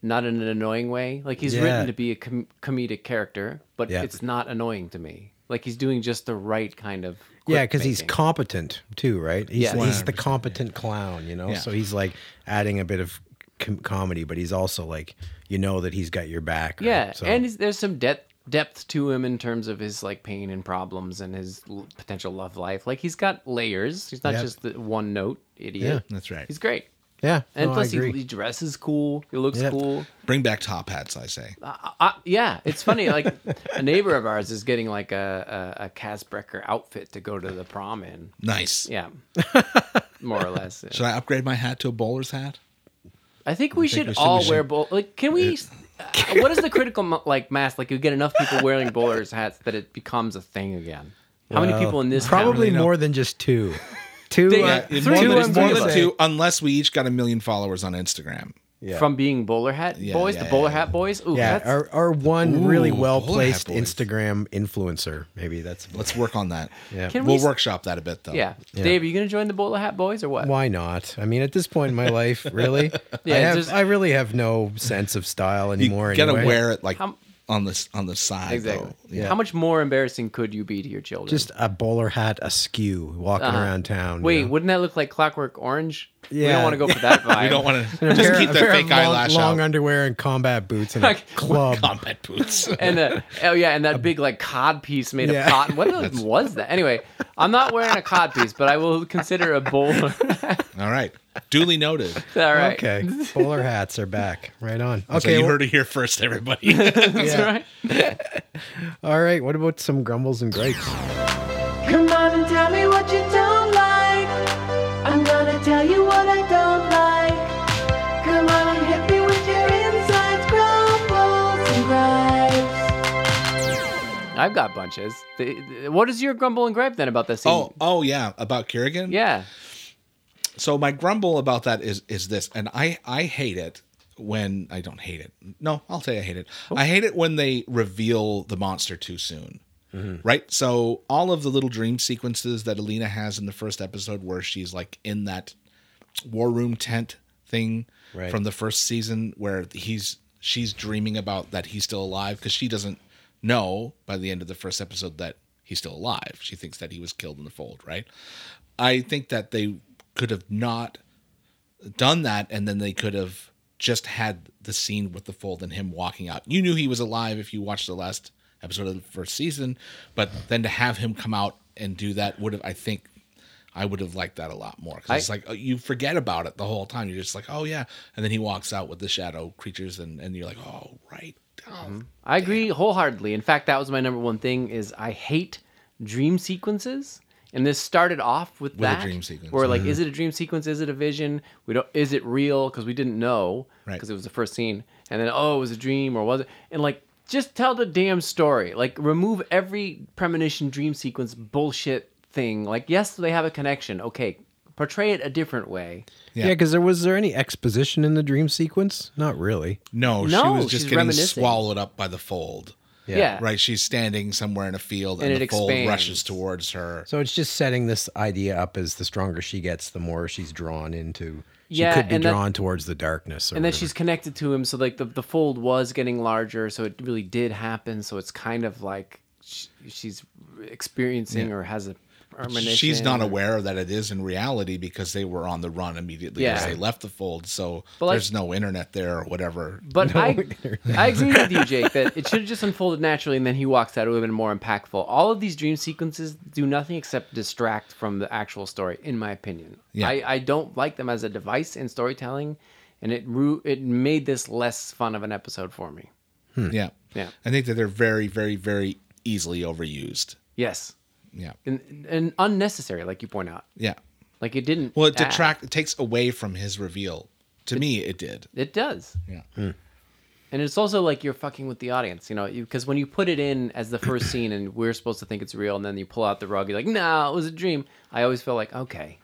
[SPEAKER 2] not in an annoying way. Like he's
[SPEAKER 1] Yeah.
[SPEAKER 2] written to be a com- comedic character, but
[SPEAKER 1] Yeah.
[SPEAKER 2] it's not annoying to me. Like he's doing just the right kind of
[SPEAKER 1] yeah,
[SPEAKER 2] quip
[SPEAKER 1] because he's
[SPEAKER 2] making.
[SPEAKER 1] competent too, right? He's,
[SPEAKER 2] Yeah.
[SPEAKER 1] he's the competent clown, you know.
[SPEAKER 3] Yeah.
[SPEAKER 1] So he's like adding a bit of com- comedy, but he's also like, you know, that he's got your back. right?
[SPEAKER 2] yeah,
[SPEAKER 1] So-
[SPEAKER 2] and he's, there's some depth depth to him in terms of his like pain and problems and his l- potential love life. Like he's got layers. He's not
[SPEAKER 1] Yeah.
[SPEAKER 2] just the one note idiot.
[SPEAKER 3] That's right.
[SPEAKER 2] He's great.
[SPEAKER 1] yeah,
[SPEAKER 2] And
[SPEAKER 1] no, I
[SPEAKER 2] plus, he,
[SPEAKER 1] agree.
[SPEAKER 2] he dresses cool. He looks
[SPEAKER 1] Yeah.
[SPEAKER 2] cool.
[SPEAKER 3] Bring back top hats, I say.
[SPEAKER 2] Uh, yeah, it's funny. Like a neighbor of ours is getting like a a, a Casbrecker outfit to go to the prom in.
[SPEAKER 3] Nice.
[SPEAKER 2] Yeah, more or less.
[SPEAKER 3] Should I upgrade my hat to a bowler's hat?
[SPEAKER 2] I think we should
[SPEAKER 3] we should-
[SPEAKER 2] all
[SPEAKER 3] we should-
[SPEAKER 2] wear bowl. Like, can we? Uh, what is the critical mo- like mass? Like, you get enough people wearing bowlers hats that it becomes a thing again. How many people in this town-
[SPEAKER 1] probably
[SPEAKER 3] really know.
[SPEAKER 1] more than just two. Two,
[SPEAKER 2] They-
[SPEAKER 1] uh,
[SPEAKER 2] Yeah,
[SPEAKER 1] two,
[SPEAKER 3] more
[SPEAKER 2] Three
[SPEAKER 3] than,
[SPEAKER 2] I'm
[SPEAKER 1] I'm
[SPEAKER 3] more
[SPEAKER 1] gonna
[SPEAKER 3] than
[SPEAKER 1] say.
[SPEAKER 3] two, unless we each got a million followers on Instagram.
[SPEAKER 1] Yeah.
[SPEAKER 2] from being bowler hat
[SPEAKER 3] Yeah,
[SPEAKER 2] boys?
[SPEAKER 3] yeah,
[SPEAKER 2] the bowler
[SPEAKER 3] yeah,
[SPEAKER 2] hat boys. Ooh,
[SPEAKER 1] Yeah,
[SPEAKER 2] that's,
[SPEAKER 1] or, or one really
[SPEAKER 3] Ooh,
[SPEAKER 1] well
[SPEAKER 3] Polar
[SPEAKER 1] placed
[SPEAKER 3] Hat Boys.
[SPEAKER 1] Instagram influencer. Maybe that's
[SPEAKER 3] Let's work on that.
[SPEAKER 1] Yeah.
[SPEAKER 2] Can we
[SPEAKER 3] we'll
[SPEAKER 2] s-
[SPEAKER 3] workshop that a bit though.
[SPEAKER 2] yeah. Dave, are you gonna join the bowler hat boys or what?
[SPEAKER 1] why not? I mean, at this point in my life, really,
[SPEAKER 2] Yeah,
[SPEAKER 1] I, have,
[SPEAKER 2] just-
[SPEAKER 1] I really have no sense of style
[SPEAKER 3] you
[SPEAKER 1] anymore.
[SPEAKER 3] gotta
[SPEAKER 1] anyway.
[SPEAKER 3] wear it like
[SPEAKER 2] How-
[SPEAKER 3] on this on the side.
[SPEAKER 2] Exactly.
[SPEAKER 3] Though. Yeah.
[SPEAKER 2] How much more embarrassing could you be to your children?
[SPEAKER 1] just a bowler hat askew walking
[SPEAKER 2] Uh-huh.
[SPEAKER 1] around town.
[SPEAKER 2] Wait,
[SPEAKER 1] you know?
[SPEAKER 2] wouldn't that look like Clockwork Orange? We don't
[SPEAKER 1] Yeah.
[SPEAKER 2] want to go for that vibe.
[SPEAKER 3] We don't want
[SPEAKER 1] And
[SPEAKER 3] to
[SPEAKER 1] a
[SPEAKER 3] just
[SPEAKER 1] pair-
[SPEAKER 3] keep
[SPEAKER 1] a
[SPEAKER 3] that
[SPEAKER 1] pair of
[SPEAKER 3] fake
[SPEAKER 1] long,
[SPEAKER 3] eyelash
[SPEAKER 1] long
[SPEAKER 3] out.
[SPEAKER 1] underwear and combat boots and a
[SPEAKER 2] Like-
[SPEAKER 1] club.
[SPEAKER 3] Combat boots.
[SPEAKER 2] And uh, oh yeah, and that big like cod piece made
[SPEAKER 1] Yeah.
[SPEAKER 2] of cotton. What the- was that? Anyway, I'm not wearing a cod piece, but I will consider a bowler.
[SPEAKER 3] All right. Duly noted.
[SPEAKER 2] All right.
[SPEAKER 1] Okay, bowler hats are back. Right on. Okay,
[SPEAKER 3] So you
[SPEAKER 1] well-
[SPEAKER 3] heard it here first, everybody.
[SPEAKER 2] That's
[SPEAKER 1] Yeah.
[SPEAKER 2] right.
[SPEAKER 1] all right. What about some grumbles and gripes?
[SPEAKER 4] Come on and tell me what you don't like. I'm gonna tell you what I don't like. Come on and hit me with your insides, grumbles and gripes.
[SPEAKER 2] I've got bunches.
[SPEAKER 1] Oh.
[SPEAKER 2] The- the- What is your grumble and gripe then about this scene?
[SPEAKER 3] oh, oh yeah, about Kerrigan.
[SPEAKER 2] Yeah.
[SPEAKER 3] so my grumble about that is is this, and I I hate it when I don't hate it. No, I'll say I hate it. I hate it when they reveal the monster too soon. Right? So all of the little dream sequences that Alina has in the first episode where she's like in that war room tent thing
[SPEAKER 1] Right.
[SPEAKER 3] from the first season where he's she's dreaming about that he's still alive because she doesn't know by the end of the first episode that he's still alive. She thinks that he was killed in the fold, right? I think that they could have not done that and then they could have just had the scene with the fold and him walking out. You knew he was alive if you watched the last episode of the first season, but then to have him come out and do that would have I think I would have liked that a lot more because it's
[SPEAKER 2] I-
[SPEAKER 3] like oh, you forget about it the whole time. You're just like, oh yeah, and then he walks out with the shadow creatures, and, and you're like, oh right, oh,
[SPEAKER 2] I agree wholeheartedly. In fact, that was my number one thing is I hate dream sequences. And this started off with,
[SPEAKER 3] a
[SPEAKER 2] that.
[SPEAKER 3] dream sequence. Mm-hmm.
[SPEAKER 2] Where like, is it a dream sequence? Is it a vision? We don't. Is it real? Because we didn't know.
[SPEAKER 3] Right.
[SPEAKER 2] Because it was the first scene. And then oh, it was a dream or was it? And like, just tell the damn story. Like, remove every premonition dream sequence bullshit thing. Like, yes, they have a connection. Okay, portray it a different way.
[SPEAKER 3] Yeah.
[SPEAKER 1] Yeah, because there was there any exposition in the dream sequence? Not really.
[SPEAKER 3] no, she
[SPEAKER 2] No,
[SPEAKER 3] was just
[SPEAKER 2] she's
[SPEAKER 3] getting
[SPEAKER 2] reminiscing.
[SPEAKER 3] swallowed up by the fold.
[SPEAKER 2] Yeah.
[SPEAKER 3] Right, she's standing somewhere in a field, and,
[SPEAKER 2] And
[SPEAKER 3] the
[SPEAKER 2] it
[SPEAKER 3] fold
[SPEAKER 2] expands.
[SPEAKER 3] rushes towards her.
[SPEAKER 1] So it's just setting this idea up as the stronger she gets, the more she's drawn into. She
[SPEAKER 2] Yeah,
[SPEAKER 1] could be
[SPEAKER 2] and that-
[SPEAKER 1] drawn towards the darkness. Or
[SPEAKER 2] and then
[SPEAKER 1] whatever.
[SPEAKER 2] she's connected to him so like the, the fold was getting larger so it really did happen so it's kind of like sh she's experiencing or has a premonition
[SPEAKER 3] She's not
[SPEAKER 2] or-
[SPEAKER 3] aware that it is in reality because they were on the run immediately as
[SPEAKER 2] Yeah.
[SPEAKER 3] they left the fold. So
[SPEAKER 2] But, like-
[SPEAKER 3] there's no internet there or whatever.
[SPEAKER 2] but I, I agree with you, Jake, that it should have just unfolded naturally and then he walks out. It would have been more impactful. All of these dream sequences do nothing except distract from the actual story, in my opinion.
[SPEAKER 3] Yeah.
[SPEAKER 2] I, I don't like them as a device in storytelling, and it, ru- it made this less fun of an episode for me.
[SPEAKER 1] Hmm.
[SPEAKER 3] Yeah.
[SPEAKER 2] Yeah.
[SPEAKER 3] I think that they're very, very, very easily overused.
[SPEAKER 2] Yes.
[SPEAKER 3] Yeah.
[SPEAKER 2] And, and unnecessary, like you point out.
[SPEAKER 3] Yeah.
[SPEAKER 2] Like it didn't.
[SPEAKER 3] Well, it
[SPEAKER 2] add.
[SPEAKER 3] detract, it takes away from his reveal. To me, it did.
[SPEAKER 2] It does,
[SPEAKER 3] Yeah.
[SPEAKER 2] and it's also like you're fucking with the audience, you know, because when you put it in as the first scene and we're supposed to think it's real, and then you pull out the rug, you're like, nah, it was a dream. I always feel like, okay,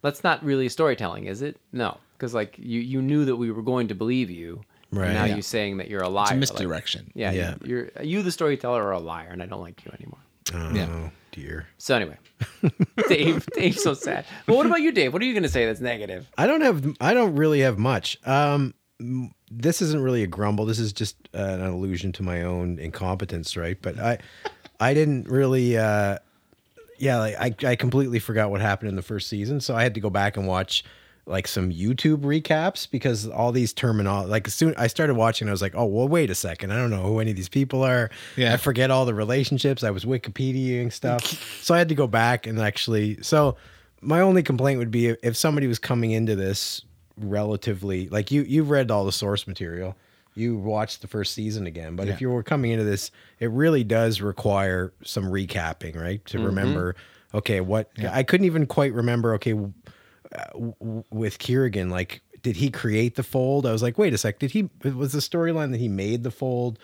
[SPEAKER 2] that's not really storytelling, is it? No, because like you you knew that we were going to believe you, and
[SPEAKER 1] Right.
[SPEAKER 2] now
[SPEAKER 1] Yeah.
[SPEAKER 2] you're saying that you're a liar.
[SPEAKER 3] It's a
[SPEAKER 2] like-
[SPEAKER 3] misdirection.
[SPEAKER 2] yeah,
[SPEAKER 1] Yeah.
[SPEAKER 2] You're, you're you the storyteller are a liar, and I don't like you anymore.
[SPEAKER 1] oh,
[SPEAKER 3] Yeah.
[SPEAKER 1] dear.
[SPEAKER 2] So anyway, Dave, Dave's so sad. But what about you, Dave? What are you gonna say that's negative?
[SPEAKER 1] I don't have. I don't really have much. Um, m- this isn't really a grumble. This is just uh, an allusion to my own incompetence, right? But I, I didn't really. Uh, yeah, like, I I completely forgot what happened in the first season, so I had to go back and watch like some YouTube recaps because all these terminal like as soon I started watching, I was like, oh well, wait a second, I don't know who any of these people are.
[SPEAKER 3] Yeah.
[SPEAKER 1] I forget all the relationships. I was Wikipediaing stuff, so I had to go back and actually. So my only complaint would be if, if somebody was coming into this relatively like you you've read all the source material. You watched the first season again, but if
[SPEAKER 3] Yeah.
[SPEAKER 1] you were coming into this, it really does require some recapping, right?
[SPEAKER 3] Mm-hmm.
[SPEAKER 1] To remember, okay, what I couldn't even quite remember. Okay, w- w- with Kiergan, like, did he create the fold? I was like, wait a sec, did he? Was the storyline that he made the fold,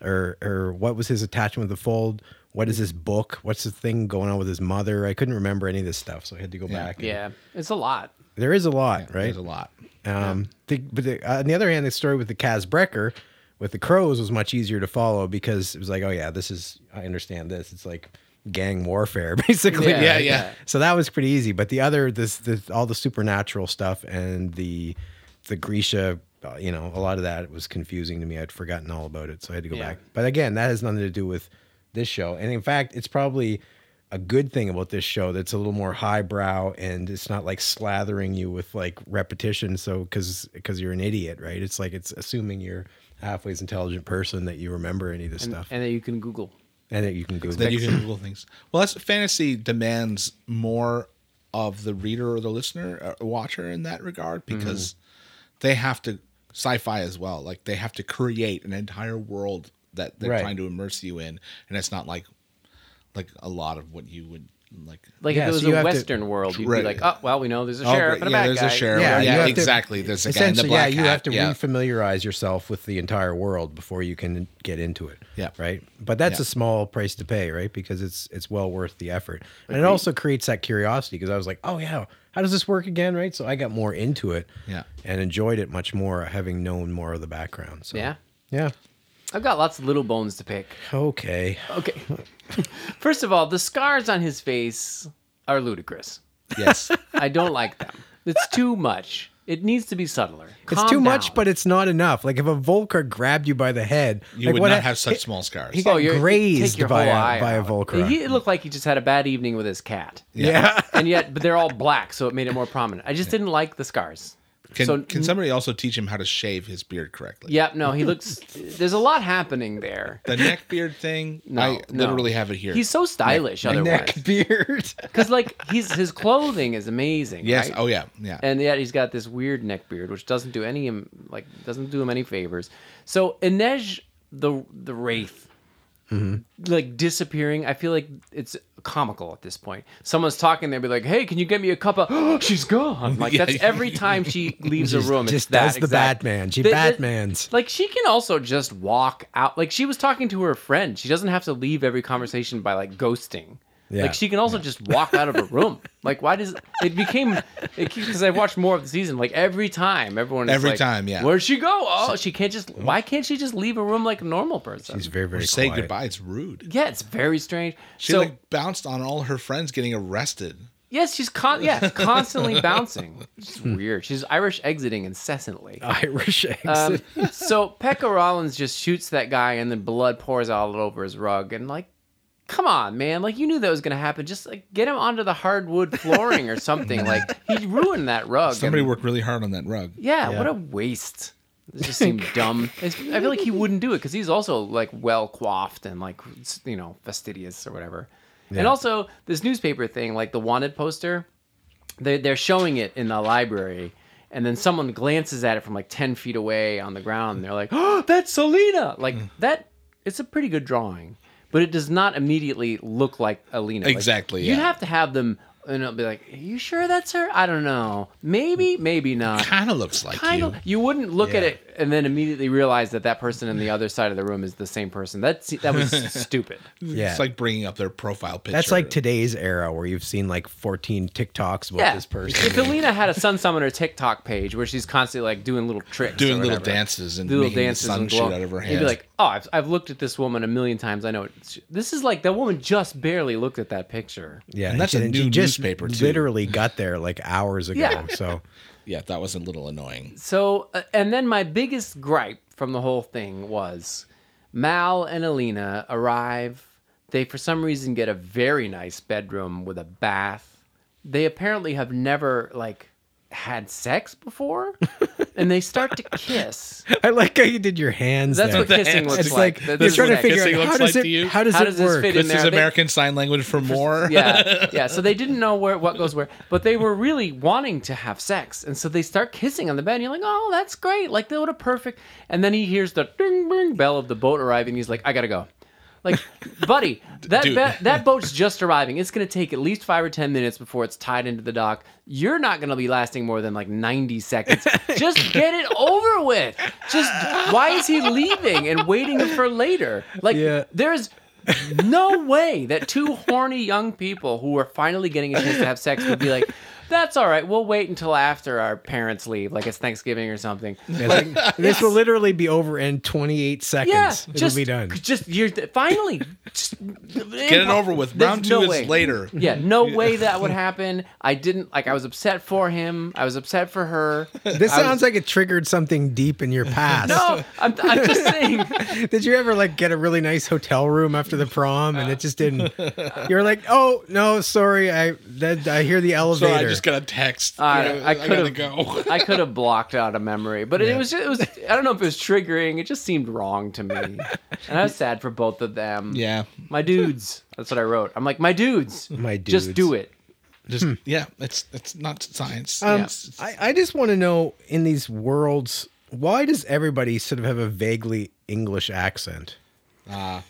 [SPEAKER 1] or or what was his attachment with the fold? What is this book? What's the thing going on with his mother? I couldn't remember any of this stuff, so I had to go
[SPEAKER 3] Yeah.
[SPEAKER 1] back. and-
[SPEAKER 2] Yeah, it's a lot.
[SPEAKER 1] there is a lot, right?
[SPEAKER 3] There's a lot.
[SPEAKER 1] Um, the, but the, on the other hand, the story with the Kaz Brecker with the crows was much easier to follow because it was like, oh yeah, this is I understand this. It's like gang warfare basically.
[SPEAKER 2] Yeah,
[SPEAKER 3] Yeah,
[SPEAKER 1] right?
[SPEAKER 3] yeah.
[SPEAKER 1] So that was pretty easy. But the other, this, this all the supernatural stuff and the the Grisha, uh, you know, a lot of that was confusing to me. I'd forgotten all about it, so I had to go
[SPEAKER 2] Yeah.
[SPEAKER 1] back. But again, that has nothing to do with this show. And in fact, it's probably a good thing about this show that's a little more highbrow and it's not like slathering you with like repetition. So because because you're an idiot, right? It's like it's assuming you're a halfway as intelligent person that you remember any of this stuff
[SPEAKER 2] And that you can Google.
[SPEAKER 1] and that you can Google.
[SPEAKER 3] That you can Google things. Well, that's fantasy demands more of the reader or the listener or watcher in that regard
[SPEAKER 2] Mm-hmm.
[SPEAKER 3] because they have to sci-fi as well. Like they have to create an entire world that they're
[SPEAKER 1] Right.
[SPEAKER 3] trying to immerse you in, and it's not like like a lot of what you would Like,
[SPEAKER 2] Like
[SPEAKER 1] Yeah,
[SPEAKER 2] if it
[SPEAKER 1] so
[SPEAKER 2] was
[SPEAKER 1] you
[SPEAKER 2] a
[SPEAKER 1] have to-
[SPEAKER 2] Western world, you'd
[SPEAKER 3] Right.
[SPEAKER 2] be like, oh, well, we know there's a
[SPEAKER 3] Oh,
[SPEAKER 2] sheriff
[SPEAKER 3] great.
[SPEAKER 2] and a
[SPEAKER 3] yeah,
[SPEAKER 2] bad
[SPEAKER 3] there's
[SPEAKER 2] guy.
[SPEAKER 3] a sheriff.
[SPEAKER 1] Yeah,
[SPEAKER 3] Yeah,
[SPEAKER 1] you have to-
[SPEAKER 3] exactly. There's a guy in the
[SPEAKER 1] Essentially,
[SPEAKER 3] black
[SPEAKER 1] yeah,
[SPEAKER 3] hat.
[SPEAKER 1] you have to refamiliarize yourself with the entire world before you can get into it.
[SPEAKER 3] Yeah.
[SPEAKER 1] right. But that's
[SPEAKER 3] Yeah.
[SPEAKER 1] a small price to pay, right? Because it's it's well worth the effort, and it also creates that curiosity. Because I was like, oh yeah, how does this work again? Right. So I got more into it,
[SPEAKER 3] Yeah.
[SPEAKER 1] and enjoyed it much more having known more of the background. So
[SPEAKER 2] Yeah.
[SPEAKER 1] yeah,
[SPEAKER 2] I've got lots of little bones to pick.
[SPEAKER 1] okay.
[SPEAKER 2] Okay. First of all, the scars on his face are ludicrous.
[SPEAKER 3] Yes.
[SPEAKER 2] I don't like them. It's too much. It needs to be subtler.
[SPEAKER 1] It's too much, but it's not enough. Like if a Volker grabbed you by the head,
[SPEAKER 3] You
[SPEAKER 1] like
[SPEAKER 3] would
[SPEAKER 1] what
[SPEAKER 3] not
[SPEAKER 1] ha-
[SPEAKER 3] have such
[SPEAKER 1] he-
[SPEAKER 3] small scars.
[SPEAKER 2] Oh,
[SPEAKER 1] He got grazed by a, by a
[SPEAKER 2] vulcan.
[SPEAKER 1] Volker.
[SPEAKER 2] He, it looked like he just had a bad evening with his cat.
[SPEAKER 1] yeah.
[SPEAKER 2] And yet, but they're all black, so it made it more prominent. I just didn't like the scars.
[SPEAKER 3] Can,
[SPEAKER 2] so
[SPEAKER 3] can somebody also teach him how to shave his beard correctly?
[SPEAKER 2] Yeah, no, he looks. There's a lot happening there.
[SPEAKER 3] The neck beard thing,
[SPEAKER 2] No,
[SPEAKER 3] I
[SPEAKER 2] no.
[SPEAKER 3] literally have it here.
[SPEAKER 2] He's so stylish otherwise,
[SPEAKER 1] Neck beard.
[SPEAKER 2] because like he's his clothing is amazing.
[SPEAKER 3] yes.
[SPEAKER 2] right?
[SPEAKER 3] Oh, yeah. Yeah.
[SPEAKER 2] and yet he's got this weird neck beard, which doesn't do any him like doesn't do him any favors. So Inej the the wraith,
[SPEAKER 3] Mm-hmm.
[SPEAKER 2] like disappearing. I feel like it's comical at this point. Someone's talking, they'll be like, "Hey, can you get me a cup of?" She's gone. Like
[SPEAKER 3] Yeah.
[SPEAKER 2] that's every time she leaves a room. it's
[SPEAKER 1] just
[SPEAKER 2] that
[SPEAKER 1] does the
[SPEAKER 2] exact-
[SPEAKER 1] Batman. She
[SPEAKER 2] Th- th-
[SPEAKER 1] Batmans.
[SPEAKER 2] Like she can also just walk out. Like she was talking to her friend. She doesn't have to leave every conversation by like ghosting.
[SPEAKER 1] Yeah.
[SPEAKER 2] Like she can also just walk out of a room. Like why does it became because I watched more of the season. Like every time, everyone is
[SPEAKER 3] Every
[SPEAKER 2] like,
[SPEAKER 3] time, yeah. Mm-hmm.
[SPEAKER 2] Where'd she go? Oh, she can't just. Why can't she just leave a room like a normal person?
[SPEAKER 1] He's very, very
[SPEAKER 3] Say
[SPEAKER 1] quiet.
[SPEAKER 3] goodbye. It's rude.
[SPEAKER 2] yeah, it's very strange.
[SPEAKER 3] She
[SPEAKER 2] so
[SPEAKER 3] like bounced on all her friends getting arrested.
[SPEAKER 2] yes, she's con- yeah constantly bouncing. It's
[SPEAKER 3] Hmm.
[SPEAKER 2] weird. She's Irish exiting incessantly.
[SPEAKER 1] Irish exit.
[SPEAKER 2] Um, so Pekka Rollins just shoots that guy, and then blood pours all over his rug. And like, come on, man! Like you knew that was gonna happen. Just like get him onto the hardwood flooring or something. like he ruined that rug.
[SPEAKER 3] Somebody
[SPEAKER 2] and-
[SPEAKER 3] worked really hard on that rug.
[SPEAKER 2] yeah, what a waste. This just seemed dumb. It's, I feel like he wouldn't do it because he's also like well coiffed and like s- you know fastidious or whatever. And also this newspaper thing, like the wanted poster, they they're showing it in the library, and then someone glances at it from like ten feet away on the ground. And they're like, "Oh, that's Selena!" Like
[SPEAKER 3] Mm.
[SPEAKER 2] that. It's a pretty good drawing, but it does not immediately look like Alina. Like,
[SPEAKER 3] Exactly,
[SPEAKER 2] you'd
[SPEAKER 3] yeah.
[SPEAKER 2] have to have them. And it'll be like, are you sure that's her? I don't know. Maybe, maybe not
[SPEAKER 3] Kind of looks like
[SPEAKER 2] kind
[SPEAKER 3] you.
[SPEAKER 2] of you wouldn't look at
[SPEAKER 1] Yeah.
[SPEAKER 2] it and then immediately realize that that person on the other side of the room is the same person that's that was stupid
[SPEAKER 1] Yeah.
[SPEAKER 3] It's like bringing up their profile picture.
[SPEAKER 1] That's like today's era where you've seen like 14 TikToks about
[SPEAKER 2] yeah
[SPEAKER 1] this person.
[SPEAKER 2] if alina had a sun summoner tiktok page where she's constantly like doing little tricks or
[SPEAKER 3] doing little
[SPEAKER 2] whatever,
[SPEAKER 3] dances and
[SPEAKER 2] do little
[SPEAKER 3] making the
[SPEAKER 2] dances
[SPEAKER 3] sun
[SPEAKER 2] and
[SPEAKER 3] shoot
[SPEAKER 2] glow,
[SPEAKER 3] out of her
[SPEAKER 2] you'd
[SPEAKER 3] hand.
[SPEAKER 2] be like oh I've, I've looked at this woman a million times i know it. this is like that woman just barely looked at that picture
[SPEAKER 1] Yeah,
[SPEAKER 3] And that's a new newspaper, too.
[SPEAKER 1] Literally got there like hours ago.
[SPEAKER 2] Yeah.
[SPEAKER 1] So
[SPEAKER 3] yeah, that was a little annoying.
[SPEAKER 2] so uh, and then my biggest gripe from the whole thing was mal and alina arrive they for some reason get a very nice bedroom with a bath they apparently have never like had sex before and they start to kiss
[SPEAKER 1] I like how you did your hands.
[SPEAKER 2] that's
[SPEAKER 1] there.
[SPEAKER 2] what kissing
[SPEAKER 3] hands.
[SPEAKER 2] looks
[SPEAKER 1] it's
[SPEAKER 2] like,
[SPEAKER 1] like
[SPEAKER 2] That-
[SPEAKER 1] you're
[SPEAKER 2] this is
[SPEAKER 1] trying to
[SPEAKER 2] what
[SPEAKER 1] figure
[SPEAKER 3] kissing
[SPEAKER 1] out how
[SPEAKER 3] looks
[SPEAKER 1] does
[SPEAKER 3] like
[SPEAKER 1] it
[SPEAKER 3] to you?
[SPEAKER 1] how does
[SPEAKER 2] How
[SPEAKER 1] it
[SPEAKER 2] does this
[SPEAKER 1] work?
[SPEAKER 2] fit in?
[SPEAKER 3] This
[SPEAKER 2] there,
[SPEAKER 3] is
[SPEAKER 2] they-
[SPEAKER 3] American Sign Language for more.
[SPEAKER 2] yeah, yeah. So they didn't know where what goes where, but they were really wanting to have sex, and so they start kissing on the bed. And you're like, oh, that's great, like they would have perfect. And then he hears the ding ding bell of the boat arriving. He's like, I gotta go. Like, buddy, that
[SPEAKER 3] Dude.
[SPEAKER 2] be- that boat's just arriving. It's gonna take at least five or ten minutes before it's tied into the dock. You're not gonna be lasting more than like ninety seconds. Just get it over with. Just why is he leaving and waiting for later? Like,
[SPEAKER 1] Yeah.
[SPEAKER 2] there's no way that two horny young people who are finally getting a chance to have sex would be like, that's all right. We'll wait until after our parents leave, like it's Thanksgiving or something. Like,
[SPEAKER 1] It's like, this will literally be over in 28 seconds.
[SPEAKER 2] yeah,
[SPEAKER 1] It'll
[SPEAKER 2] just
[SPEAKER 1] be done.
[SPEAKER 2] Just you're finally just
[SPEAKER 3] Get it over with.
[SPEAKER 2] There's
[SPEAKER 3] Round two
[SPEAKER 2] no
[SPEAKER 3] is
[SPEAKER 2] way.
[SPEAKER 3] later.
[SPEAKER 2] Yeah, no way that would happen. I didn't like. I was upset for him. I was upset for her.
[SPEAKER 1] This
[SPEAKER 2] I was-
[SPEAKER 1] sounds like it triggered something deep in your past.
[SPEAKER 2] No, I'm, I'm just saying.
[SPEAKER 1] Did you ever like get a really nice hotel room after the prom and it just didn't? You're like, oh no, sorry, I that, I hear the elevator.
[SPEAKER 3] So I just got a text.
[SPEAKER 2] I-
[SPEAKER 3] you know,
[SPEAKER 2] I
[SPEAKER 3] gotta
[SPEAKER 2] could've-
[SPEAKER 3] go.
[SPEAKER 2] I could have blocked out a memory, but it was just, it was I don't know if it was triggering. It just seemed wrong to me, and I was sad for both of them.
[SPEAKER 3] yeah.
[SPEAKER 2] my dudes. That's what I wrote. I'm like, my dudes.
[SPEAKER 1] My
[SPEAKER 2] Just do
[SPEAKER 1] dudes.
[SPEAKER 2] it.
[SPEAKER 3] Just
[SPEAKER 2] Hmm.
[SPEAKER 3] yeah. It's it's not science.
[SPEAKER 1] Um,
[SPEAKER 3] It's- it's-
[SPEAKER 1] I, I just want to know in these worlds, why does everybody sort of have a vaguely English accent?
[SPEAKER 3] ah.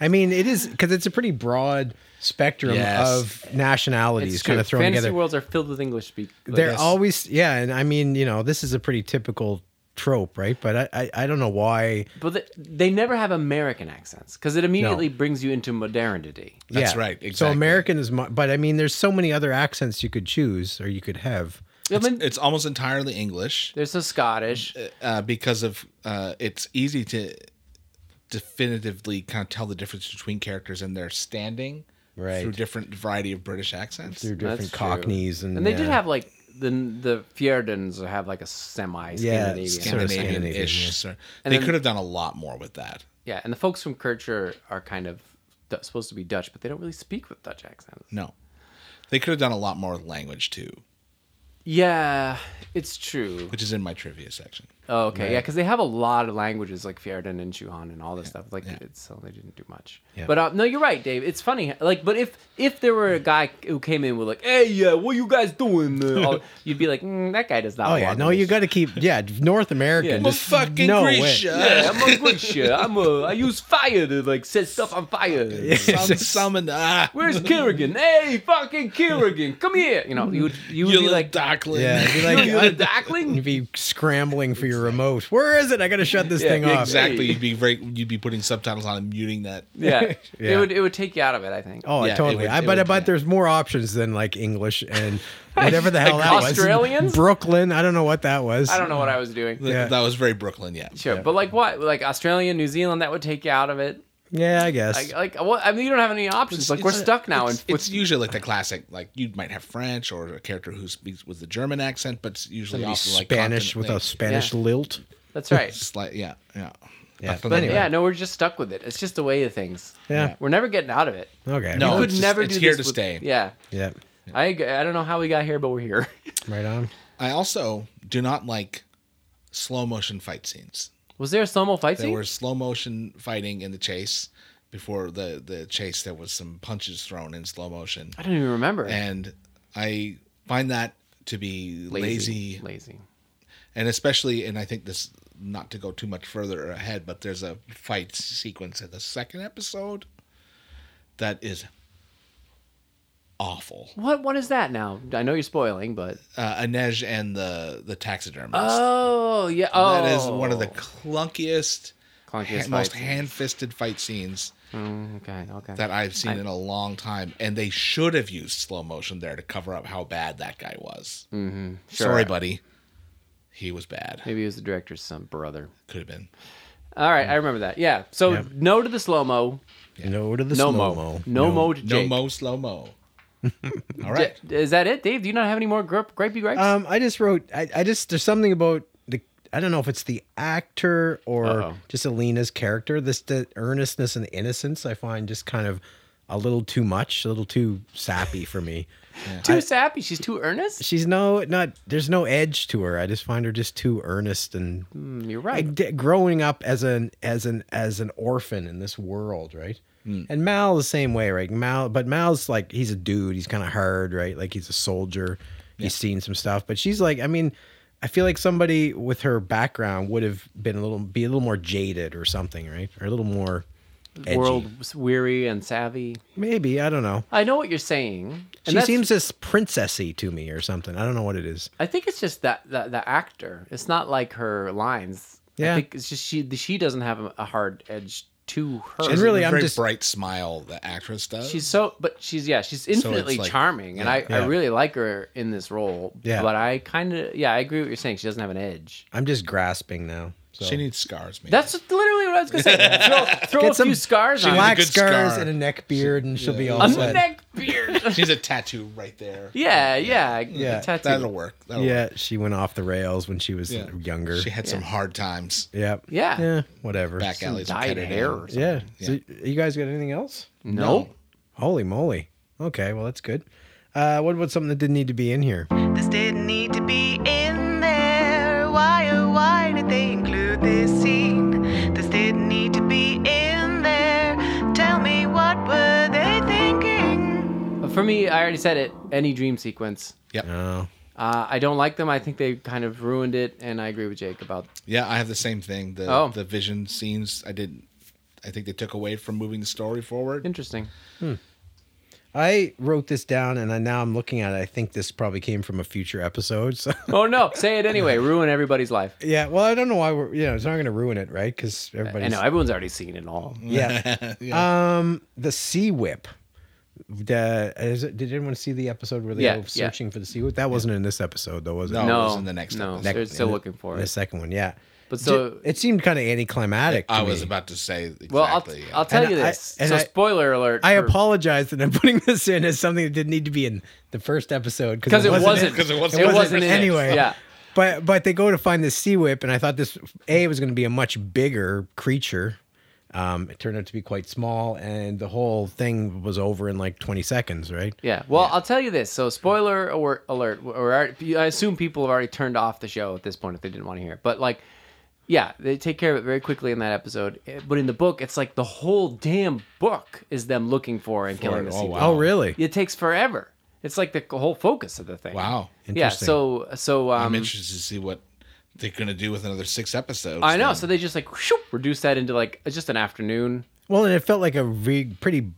[SPEAKER 1] I mean, it is because it's a pretty broad spectrum
[SPEAKER 3] Yes.
[SPEAKER 1] of nationalities kind of thrown
[SPEAKER 2] Fantasy
[SPEAKER 1] together.
[SPEAKER 2] worlds are filled with English speak.
[SPEAKER 1] They're
[SPEAKER 2] all.
[SPEAKER 1] always yeah, and I mean, you know, this is a pretty typical trope, right? But I I, I don't know why.
[SPEAKER 2] But th- they never have American accents because it immediately brings you into modernity.
[SPEAKER 3] That's
[SPEAKER 1] yeah.
[SPEAKER 3] right,
[SPEAKER 1] So
[SPEAKER 3] exactly.
[SPEAKER 1] American is, mu- but I mean, there's so many other accents you could choose or you could have.
[SPEAKER 2] I mean,
[SPEAKER 3] It's almost entirely English.
[SPEAKER 2] there's some Scottish.
[SPEAKER 3] uh, because of uh, it's easy to definitively kind of tell the difference between characters and their standing
[SPEAKER 1] Right.
[SPEAKER 3] through different variety of British accents.
[SPEAKER 1] They're different
[SPEAKER 2] That's true.
[SPEAKER 1] Cockneys, and
[SPEAKER 2] And they did
[SPEAKER 1] yeah.
[SPEAKER 2] have like the the Fjordans have like a semi
[SPEAKER 1] Yeah,
[SPEAKER 2] Scandinavian.
[SPEAKER 1] sort of Scandinavian, yeah.
[SPEAKER 3] Scandinavian-ish. so-
[SPEAKER 2] And
[SPEAKER 3] They
[SPEAKER 2] then-
[SPEAKER 3] could have done a lot more with that.
[SPEAKER 2] yeah, and the folks from Kircher are kind of du- supposed to be Dutch, but they don't really speak with Dutch accents.
[SPEAKER 3] No, they could have done a lot more with language too,
[SPEAKER 2] Yeah, it's true.
[SPEAKER 3] which is in my trivia section.
[SPEAKER 2] Oh, okay, yeah, because they have a lot of languages like Fjordan and Shuhan and all this stuff. Like,
[SPEAKER 3] yeah.
[SPEAKER 2] it's, so they didn't do much.
[SPEAKER 1] Yeah.
[SPEAKER 2] But uh, no, you're right, Dave. It's funny. Like, but if if there were a guy who came in with like, "Hey, yeah, what you guys doing?" uh, all- you'd be like, mm, "That guy does not."
[SPEAKER 1] Oh yeah,
[SPEAKER 2] want
[SPEAKER 1] no, you
[SPEAKER 2] this."
[SPEAKER 1] got to keep yeah North American.
[SPEAKER 2] Yeah.
[SPEAKER 1] just no way.
[SPEAKER 2] Yeah, I'm a good shit. I'm a. I use fire to like set stuff on fire.
[SPEAKER 3] Some, summon, ah,
[SPEAKER 2] Where's Kerrigan? Hey, fucking Kerrigan, come here. You know, you would you would
[SPEAKER 3] you
[SPEAKER 2] be
[SPEAKER 3] little
[SPEAKER 2] like,
[SPEAKER 3] duckling.
[SPEAKER 1] Yeah, it'd be
[SPEAKER 2] "You
[SPEAKER 1] like,
[SPEAKER 2] little duckling."
[SPEAKER 1] you'd be scrambling for your remote. Where is it? I got to shut this
[SPEAKER 2] Yeah,
[SPEAKER 1] thing
[SPEAKER 2] yeah,
[SPEAKER 1] off.
[SPEAKER 3] Exactly, you'd be very, you'd be putting subtitles on and muting that.
[SPEAKER 2] Yeah.
[SPEAKER 1] Yeah.
[SPEAKER 2] it would it would take you out of it. I think.
[SPEAKER 1] Oh,
[SPEAKER 3] Yeah, it
[SPEAKER 1] totally.
[SPEAKER 3] would-
[SPEAKER 1] I
[SPEAKER 3] it
[SPEAKER 1] bet, I
[SPEAKER 3] would-
[SPEAKER 1] bet
[SPEAKER 3] yeah.
[SPEAKER 1] there's more options than like English and whatever the hell
[SPEAKER 2] Like
[SPEAKER 1] that was.
[SPEAKER 2] Australians?
[SPEAKER 1] Brooklyn. I don't know what that was.
[SPEAKER 2] I don't know what I was doing.
[SPEAKER 1] Yeah.
[SPEAKER 3] That was very Brooklyn. Yeah,
[SPEAKER 2] Sure, but like what? Like Australia, New Zealand, that would take you out of it.
[SPEAKER 1] Yeah, I guess.
[SPEAKER 2] Like, like what? I uh, mean, you don't have any options. Like we're
[SPEAKER 3] it's-
[SPEAKER 2] stuck now, and
[SPEAKER 3] It's, it's usually like the classic, like you might have French or a character who speaks with a German accent, but it's usually
[SPEAKER 1] Maybe
[SPEAKER 3] also like
[SPEAKER 1] Spanish with
[SPEAKER 3] continent
[SPEAKER 1] a Spanish
[SPEAKER 2] Yeah.
[SPEAKER 1] lilt.
[SPEAKER 2] that's right.
[SPEAKER 3] thing. Slight- yeah,
[SPEAKER 1] Yeah,
[SPEAKER 3] yeah, Nothing
[SPEAKER 1] but
[SPEAKER 3] like
[SPEAKER 2] But
[SPEAKER 1] anyway.
[SPEAKER 2] yeah, no, we're just stuck with it. It's just the way of things.
[SPEAKER 1] Yeah.
[SPEAKER 2] we're never getting out of it.
[SPEAKER 1] Okay.
[SPEAKER 3] No.
[SPEAKER 2] we could
[SPEAKER 3] it's just-
[SPEAKER 2] never
[SPEAKER 3] it's
[SPEAKER 2] do
[SPEAKER 3] here
[SPEAKER 2] this
[SPEAKER 3] to
[SPEAKER 2] with-
[SPEAKER 3] stay.
[SPEAKER 2] Yeah,
[SPEAKER 1] Yeah.
[SPEAKER 2] I ag- I don't know how we got here, but we're here.
[SPEAKER 1] Right on.
[SPEAKER 3] that. I also do not like slow motion fight scenes.
[SPEAKER 2] Was there a slow mo fight
[SPEAKER 3] There
[SPEAKER 2] scene?
[SPEAKER 3] were slow motion fighting in the chase. Before the the chase, there was some punches thrown in slow motion,
[SPEAKER 2] I don't even remember.
[SPEAKER 3] and I find that to be lazy
[SPEAKER 2] lazy.
[SPEAKER 3] and especially and i think this not to go too much further ahead but there's a fight sequence in the second episode that is awful
[SPEAKER 2] What what is that now? I know you're spoiling, but
[SPEAKER 3] uh, inej and the the taxidermist
[SPEAKER 2] oh yeah, oh
[SPEAKER 3] that is one of the clunkiest,
[SPEAKER 2] Clunkiest
[SPEAKER 3] ha- most
[SPEAKER 2] fight scenes.
[SPEAKER 3] hand-fisted fight scenes
[SPEAKER 2] Mm, okay okay.
[SPEAKER 3] that i've seen in a long time and they should have used slow motion there to cover up how bad that guy was
[SPEAKER 2] Mm-hmm. Sure.
[SPEAKER 3] sorry buddy he was bad
[SPEAKER 2] Maybe it was the director's son, brother.
[SPEAKER 3] could have been
[SPEAKER 2] All right, I remember that. Yeah. So
[SPEAKER 1] Yeah.
[SPEAKER 2] no to the slow mo.
[SPEAKER 1] No to the
[SPEAKER 2] No
[SPEAKER 1] slow
[SPEAKER 2] mo.
[SPEAKER 1] mo.
[SPEAKER 2] No mo to
[SPEAKER 3] no
[SPEAKER 2] Jake.
[SPEAKER 3] mo slow mo all right
[SPEAKER 2] D- Is that it, Dave? Do you not have any more grip, gripey gripes?
[SPEAKER 1] Um, I just wrote. I, I just there's something about the. I don't know if it's the actor or
[SPEAKER 2] Uh-oh.
[SPEAKER 1] just Alina's character. This the earnestness and innocence I find just kind of a little too much, a little too sappy for me.
[SPEAKER 2] too sappy. She's too earnest.
[SPEAKER 1] She's no not. There's no edge to her. I just find her just too earnest and
[SPEAKER 2] Mm, You're
[SPEAKER 1] I
[SPEAKER 2] right.
[SPEAKER 1] d- growing up as an as an as an orphan in this world, right? And Mal the same way, right? Mal, but Mal's like he's a dude. He's kind of hard, right? Like he's a soldier. He's seen some stuff, but she's like, I mean, I feel like somebody with her background would have been a little be a little more jaded or something, right? Or a little more edgy.
[SPEAKER 2] World weary and savvy.
[SPEAKER 1] Maybe I don't know.
[SPEAKER 2] I know what you're saying. And
[SPEAKER 1] she
[SPEAKER 2] that's-
[SPEAKER 1] seems this princessy to me or something. I don't know what it is.
[SPEAKER 2] I think it's just that the, the actor. It's not like her lines.
[SPEAKER 1] Yeah.
[SPEAKER 2] I think it's just she she doesn't have a, a hard edge to her.
[SPEAKER 1] And really,
[SPEAKER 3] a
[SPEAKER 1] I'm
[SPEAKER 3] very
[SPEAKER 1] just-
[SPEAKER 3] bright smile the actress does.
[SPEAKER 2] She's so, but she's yeah, she's infinitely
[SPEAKER 3] like-
[SPEAKER 2] charming, and I,
[SPEAKER 1] yeah.
[SPEAKER 2] I really like her in this role.
[SPEAKER 1] Yeah.
[SPEAKER 2] but I kind of yeah, I agree with what you're saying. She doesn't have an edge.
[SPEAKER 1] I'm just grasping now. So.
[SPEAKER 3] she needs scars, man.
[SPEAKER 2] That's literally what I was gonna say. Throw, throw a few scars on
[SPEAKER 1] black
[SPEAKER 3] good
[SPEAKER 1] scars
[SPEAKER 3] scar.
[SPEAKER 1] and a neck beard, and she'll be all
[SPEAKER 2] a
[SPEAKER 1] set.
[SPEAKER 2] neck beard.
[SPEAKER 3] She's a tattoo right there.
[SPEAKER 2] yeah, yeah, yeah.
[SPEAKER 3] That'll
[SPEAKER 2] Tattoo.
[SPEAKER 3] work. That'll
[SPEAKER 1] Yeah, she went off the rails when she was
[SPEAKER 3] Oh, Yeah.
[SPEAKER 1] younger.
[SPEAKER 3] work. She had some hard times.
[SPEAKER 1] yeah.
[SPEAKER 2] Yeah.
[SPEAKER 1] Yeah. Whatever.
[SPEAKER 3] Back alleys. and
[SPEAKER 2] Dyed
[SPEAKER 3] cut it
[SPEAKER 2] hair
[SPEAKER 3] in.
[SPEAKER 2] or something.
[SPEAKER 1] Yeah. So you guys got anything else?
[SPEAKER 2] No.
[SPEAKER 1] Holy moly. Okay, well that's good. Uh, what about something that didn't need to be in here?
[SPEAKER 5] This didn't need to be in there. Why, oh, why did they include this scene? This didn't need to be in there. Tell me, what were they thinking?
[SPEAKER 2] For me, I already said it. Any dream sequence.
[SPEAKER 1] No.
[SPEAKER 2] Uh, I don't like them. I think they kind of ruined it, and I agree with Jake about
[SPEAKER 3] Yeah, I have the same thing. The
[SPEAKER 2] Oh.
[SPEAKER 3] the vision scenes. I didn't. I think they took away from moving the story forward.
[SPEAKER 2] Interesting.
[SPEAKER 1] I wrote this down, and I, now I'm looking at it. I think this probably came from a future episode. So.
[SPEAKER 2] Oh no, say it anyway. Ruin everybody's life.
[SPEAKER 1] yeah, well, I don't know why we're. You know, it's not going to ruin it, right? Because everybody's.
[SPEAKER 2] I know everyone's already seen it all.
[SPEAKER 1] Yeah.
[SPEAKER 3] Yeah.
[SPEAKER 1] Um, the sea whip. The, is it, did anyone see the episode where they
[SPEAKER 2] Yeah,
[SPEAKER 1] go
[SPEAKER 2] yeah.
[SPEAKER 1] searching for the sea whip? That wasn't in this episode, though, was it?
[SPEAKER 3] No. Oh, it
[SPEAKER 2] no,
[SPEAKER 3] was in the next
[SPEAKER 2] no,
[SPEAKER 3] episode.
[SPEAKER 2] they're still looking for
[SPEAKER 1] The
[SPEAKER 2] it.
[SPEAKER 1] second one, yeah.
[SPEAKER 2] But
[SPEAKER 1] Di-
[SPEAKER 2] so-
[SPEAKER 1] it seemed kind of anticlimactic.
[SPEAKER 3] I
[SPEAKER 1] to
[SPEAKER 3] was
[SPEAKER 1] me.
[SPEAKER 3] about to say exactly. uh,
[SPEAKER 2] Well, I'll, I'll tell
[SPEAKER 1] And
[SPEAKER 2] you
[SPEAKER 1] I-
[SPEAKER 2] this.
[SPEAKER 1] and
[SPEAKER 2] so,
[SPEAKER 1] I-
[SPEAKER 2] spoiler alert.
[SPEAKER 1] I
[SPEAKER 2] for-
[SPEAKER 1] apologize that I'm putting this in as something that didn't need to be in the first episode
[SPEAKER 2] 'Cause it wasn't.
[SPEAKER 1] in-
[SPEAKER 2] 'Cause it
[SPEAKER 3] wasn't.
[SPEAKER 2] It wasn't
[SPEAKER 1] in
[SPEAKER 2] in it.
[SPEAKER 1] anyway.
[SPEAKER 2] Yeah.
[SPEAKER 1] But but they go to find this sea whip, and I thought this a was going to be a much bigger creature. Um, it turned out to be quite small, and the whole thing was over in like 20 seconds, right?
[SPEAKER 2] Yeah. Well, I'll tell you this. So, spoiler or- alert. Or I assume people have already turned off the show at this point if they didn't want to hear it. But like, yeah, they take care of it very quickly in that episode. Eh, But in the book, it's like the whole damn book is them looking for and killing
[SPEAKER 3] it.
[SPEAKER 2] the
[SPEAKER 3] Oh,
[SPEAKER 2] sea.
[SPEAKER 3] wow.
[SPEAKER 1] Oh, really?
[SPEAKER 2] It takes forever. It's like the whole focus of the thing.
[SPEAKER 3] Wow.
[SPEAKER 2] Yeah.
[SPEAKER 1] Interesting.
[SPEAKER 2] So so um,
[SPEAKER 3] I'm interested to see what they're going to do with another six episodes.
[SPEAKER 2] I know.
[SPEAKER 3] then.
[SPEAKER 2] So they just like shoop, reduce that into like uh, just an afternoon.
[SPEAKER 1] Well, and it felt like a re- pretty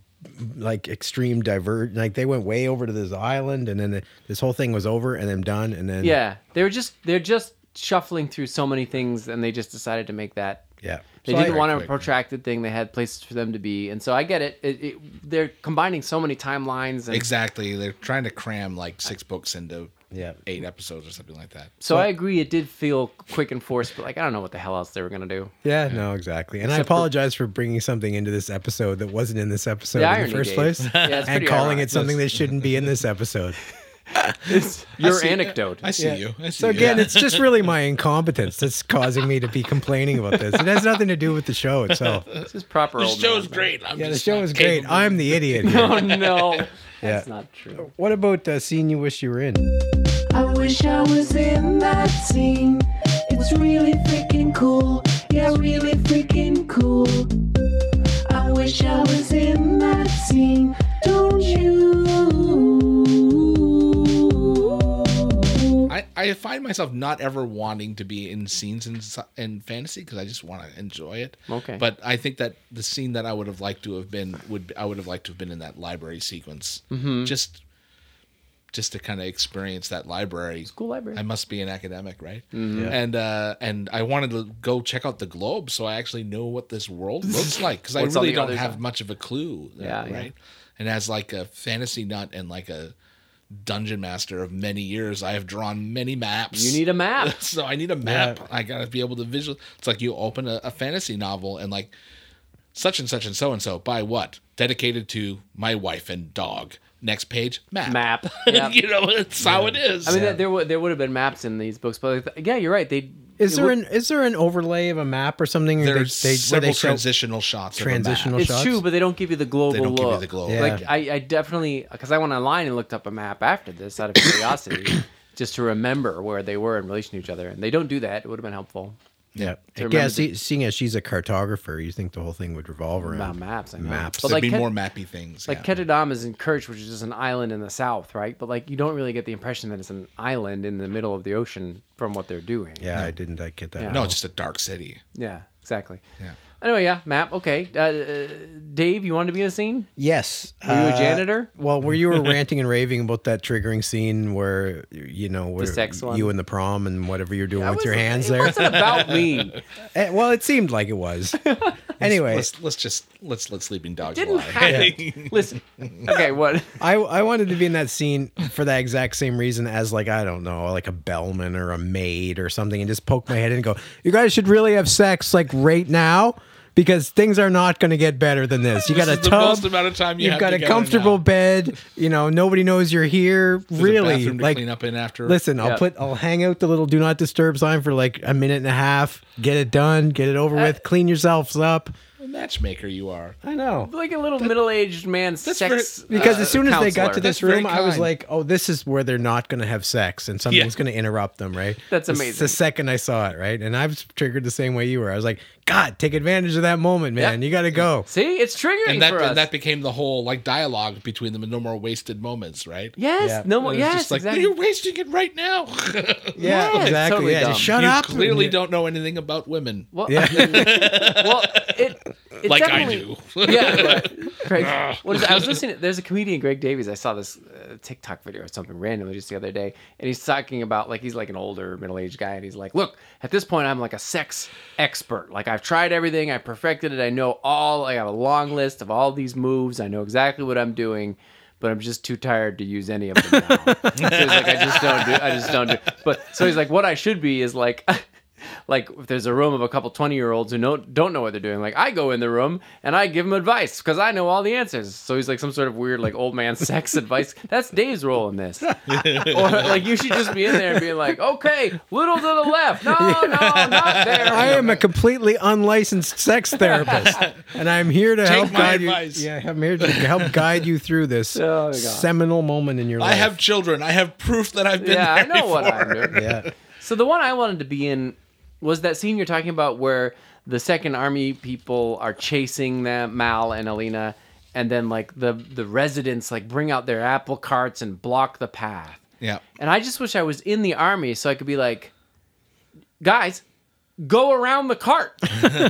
[SPEAKER 1] like extreme divert. Like they went way over to this island, and then the, this whole thing was over, and then done, and then
[SPEAKER 2] Yeah. They were just they're just shuffling through so many things, and they just decided to make that.
[SPEAKER 1] yeah.
[SPEAKER 2] They
[SPEAKER 1] So I-
[SPEAKER 2] didn't want a
[SPEAKER 3] quick.
[SPEAKER 2] protracted thing. They had places for them to be, and so I get it. it, it they're combining so many timelines, and
[SPEAKER 3] Exactly. They're trying to cram like six books into
[SPEAKER 1] Yeah.
[SPEAKER 3] eight episodes or something like that.
[SPEAKER 2] so I agree. It did feel quick and forced, but like I don't know what the hell else they were gonna do.
[SPEAKER 1] Yeah, no, exactly. And I
[SPEAKER 2] Except for-
[SPEAKER 1] apologize for bringing something into this episode that wasn't in this episode
[SPEAKER 2] The
[SPEAKER 1] in
[SPEAKER 2] irony,
[SPEAKER 1] the first
[SPEAKER 2] Dave.
[SPEAKER 1] place,
[SPEAKER 2] Yeah, it's
[SPEAKER 1] and
[SPEAKER 2] pretty
[SPEAKER 1] calling
[SPEAKER 2] ironic.
[SPEAKER 1] it something that shouldn't be in this episode.
[SPEAKER 2] Your
[SPEAKER 3] I see-
[SPEAKER 2] anecdote.
[SPEAKER 3] I see
[SPEAKER 1] Yeah.
[SPEAKER 3] you. I see
[SPEAKER 1] So
[SPEAKER 3] you.
[SPEAKER 1] again, it's just really my incompetence that's causing me to be complaining about this. It has nothing to do with the show itself.
[SPEAKER 2] this is proper.
[SPEAKER 3] This
[SPEAKER 2] old
[SPEAKER 3] show's
[SPEAKER 2] man.
[SPEAKER 3] great. I'm
[SPEAKER 1] Yeah, the
[SPEAKER 3] just
[SPEAKER 1] show
[SPEAKER 3] not
[SPEAKER 1] is great.
[SPEAKER 3] capable.
[SPEAKER 1] I'm the idiot. Here.
[SPEAKER 2] Oh no, that's
[SPEAKER 1] Yeah.
[SPEAKER 2] not true.
[SPEAKER 1] What about uh, scene you wish you were in?
[SPEAKER 4] I wish I was in that scene. It's really freaking cool. Yeah, really freaking cool. I wish I was in that scene. Don't you?
[SPEAKER 3] I, I find myself not ever wanting to be in scenes in, sci- in fantasy because I just want to enjoy it.
[SPEAKER 2] Okay.
[SPEAKER 3] But I think that the scene that I would have liked to have been would I would have liked to have been in that library sequence. Just just to kind of experience that library.
[SPEAKER 2] School library.
[SPEAKER 3] I must be an academic, right?
[SPEAKER 2] Mm-hmm.
[SPEAKER 3] And uh, and I wanted to go check out the globe so I actually know what this world looks like because I
[SPEAKER 2] What's on
[SPEAKER 3] really
[SPEAKER 2] the
[SPEAKER 3] don't
[SPEAKER 2] other
[SPEAKER 3] have
[SPEAKER 2] side?
[SPEAKER 3] much of a clue. uh,
[SPEAKER 2] Yeah, yeah.
[SPEAKER 3] right. And as like a fantasy nut and like a dungeon master of many years, I have drawn many maps.
[SPEAKER 2] You need a map.
[SPEAKER 3] so I need a map. I gotta be able to visual. It's like you open a, a fantasy novel and like such and such and so and so by what dedicated to my wife and dog. Next page map.
[SPEAKER 2] Map. Yep.
[SPEAKER 3] you know it's how it is.
[SPEAKER 2] I mean, there would there would have been maps in these books, but like, yeah, you're right. They
[SPEAKER 1] Is
[SPEAKER 2] it
[SPEAKER 1] there
[SPEAKER 2] would-
[SPEAKER 1] an is there an overlay of a map or something? or they-
[SPEAKER 3] there's
[SPEAKER 1] they- where
[SPEAKER 3] several
[SPEAKER 1] they show-
[SPEAKER 3] transitional shots. of a map.
[SPEAKER 1] Transitional
[SPEAKER 2] It's
[SPEAKER 1] shots?
[SPEAKER 2] true, but they don't give you the global
[SPEAKER 3] They don't
[SPEAKER 2] look.
[SPEAKER 3] give you the global.
[SPEAKER 1] Yeah.
[SPEAKER 2] Like I, I definitely because I went online and looked up a map after this out of curiosity, just to remember where they were in relation to each other, and they don't do that. It would have been helpful.
[SPEAKER 1] Yeah, yeah.
[SPEAKER 2] remember
[SPEAKER 1] See, seeing as she's a cartographer, you think the whole thing would revolve around
[SPEAKER 2] About maps, I know.
[SPEAKER 1] Maps.
[SPEAKER 2] But
[SPEAKER 3] There'd
[SPEAKER 2] like,
[SPEAKER 3] be
[SPEAKER 2] Ket-
[SPEAKER 3] more mappy things.
[SPEAKER 2] like
[SPEAKER 3] yeah.
[SPEAKER 2] Ketadam is in Kerch, which is just an island in the south, right? But like, you don't really get the impression that it's an island in the middle of the ocean from what they're doing.
[SPEAKER 1] yeah, I didn't I get that.
[SPEAKER 2] Yeah.
[SPEAKER 1] at
[SPEAKER 3] no,
[SPEAKER 1] all.
[SPEAKER 3] it's just a dark city.
[SPEAKER 2] Yeah, exactly.
[SPEAKER 3] Yeah.
[SPEAKER 2] Anyway, yeah, map. Okay, uh, uh, Dave, you wanted to be in a scene?
[SPEAKER 1] Yes.
[SPEAKER 2] Were you a
[SPEAKER 1] uh,
[SPEAKER 2] janitor?
[SPEAKER 1] Well, where you were ranting and raving about that triggering scene where you know where
[SPEAKER 2] sex one.
[SPEAKER 1] you and the prom and whatever you're doing with your
[SPEAKER 2] It
[SPEAKER 1] hands there.
[SPEAKER 2] wasn't about me.
[SPEAKER 1] Eh, well, it seemed like it was. anyway,
[SPEAKER 3] Let's let's just let's let sleeping dogs
[SPEAKER 2] Didn't
[SPEAKER 3] lie.
[SPEAKER 2] happen. Listen. Okay, what?
[SPEAKER 1] I I wanted to be in that scene for that exact same reason as like I don't know, like a bellman or a maid or something, and just poke my head in and go, "You guys should really have sex like right now." Because things are not going to get better than this. You
[SPEAKER 3] This
[SPEAKER 1] got a
[SPEAKER 3] is the
[SPEAKER 1] tub.
[SPEAKER 3] most amount of time you
[SPEAKER 1] have
[SPEAKER 3] have
[SPEAKER 1] got a
[SPEAKER 3] together
[SPEAKER 1] comfortable
[SPEAKER 3] now.
[SPEAKER 1] bed. You know, nobody knows you're here.
[SPEAKER 3] There's a
[SPEAKER 1] really,
[SPEAKER 3] bathroom to
[SPEAKER 1] like
[SPEAKER 3] clean up in after.
[SPEAKER 1] Listen, I'll
[SPEAKER 2] Yeah.
[SPEAKER 1] put I'll hang out the little do not disturb sign for like a minute and a half. Get it done, get it over with, clean yourselves up.
[SPEAKER 3] a matchmaker you are.
[SPEAKER 1] I know.
[SPEAKER 2] Like a little middle-aged man sex.
[SPEAKER 3] very-
[SPEAKER 1] Because
[SPEAKER 2] uh,
[SPEAKER 1] as soon as they got
[SPEAKER 2] counselor.
[SPEAKER 1] to this
[SPEAKER 3] That's very
[SPEAKER 1] room, I was
[SPEAKER 3] kind.
[SPEAKER 1] like, "Oh, this is where they're not going to have sex, and something's
[SPEAKER 3] Yeah.
[SPEAKER 1] going to interrupt them." Right?
[SPEAKER 2] That's
[SPEAKER 1] The-
[SPEAKER 2] amazing.
[SPEAKER 1] The second I saw it, right, and I was triggered the same way you were. I was like, "God, take advantage of that moment, man. You got to go."
[SPEAKER 2] See, it's triggering
[SPEAKER 3] And that
[SPEAKER 2] for us.
[SPEAKER 3] and that became the whole like dialogue between them. and No more wasted moments, right?
[SPEAKER 2] yes,
[SPEAKER 1] Yeah.
[SPEAKER 2] no more.
[SPEAKER 3] It's
[SPEAKER 2] Yes,
[SPEAKER 3] just like
[SPEAKER 2] exactly.
[SPEAKER 3] you're wasting it right now.
[SPEAKER 1] Yeah,
[SPEAKER 2] it's
[SPEAKER 1] exactly.
[SPEAKER 2] totally
[SPEAKER 1] yeah, just
[SPEAKER 2] dumb.
[SPEAKER 1] shut
[SPEAKER 3] you
[SPEAKER 1] up.
[SPEAKER 3] clearly
[SPEAKER 1] and-
[SPEAKER 3] don't know anything about women.
[SPEAKER 2] Well,
[SPEAKER 1] Yeah.
[SPEAKER 2] well, it it
[SPEAKER 3] like I
[SPEAKER 2] definitely-
[SPEAKER 3] do.
[SPEAKER 2] yeah. right. Greg, what is it? I was listening. There's a comedian, Greg Davies. I saw this uh, TikTok video or something randomly just the other day, and he's talking about like he's like an older middle aged guy, and he's like, "Look, at this point, I'm like a sex expert. Like I've tried everything, I perfected it. I know all. I have a long list of all these moves. I know exactly what I'm doing." But I'm just too tired to use any of them now. so he's like, I just don't do. I just don't do. But so he's like, what I should be is like, like if there's a room of a couple 20 year olds who know, don't know what they're doing like i go in the room and i give them advice because i know all the answers so he's like some sort of weird like old man sex advice that's dave's role in this or like you should just be in there and be like okay little to the left no no not there
[SPEAKER 1] I am a completely unlicensed sex therapist, and I'm here to help
[SPEAKER 3] my
[SPEAKER 1] guide
[SPEAKER 3] advice.
[SPEAKER 1] you. Yeah, I'm here to help guide you through this
[SPEAKER 2] Oh, my God.
[SPEAKER 1] seminal moment in your life.
[SPEAKER 3] I have children. I have proof that I've been
[SPEAKER 2] yeah i
[SPEAKER 3] there
[SPEAKER 2] know what i'm doing
[SPEAKER 1] Yeah.
[SPEAKER 2] So the one I wanted to be in was that scene you're talking about where the second army people are chasing them, Mal and Alina, and then like the the residents like bring out their apple carts and block the path.
[SPEAKER 3] Yeah.
[SPEAKER 2] And I just wish I was in the army so I could be like, guys, go around the cart.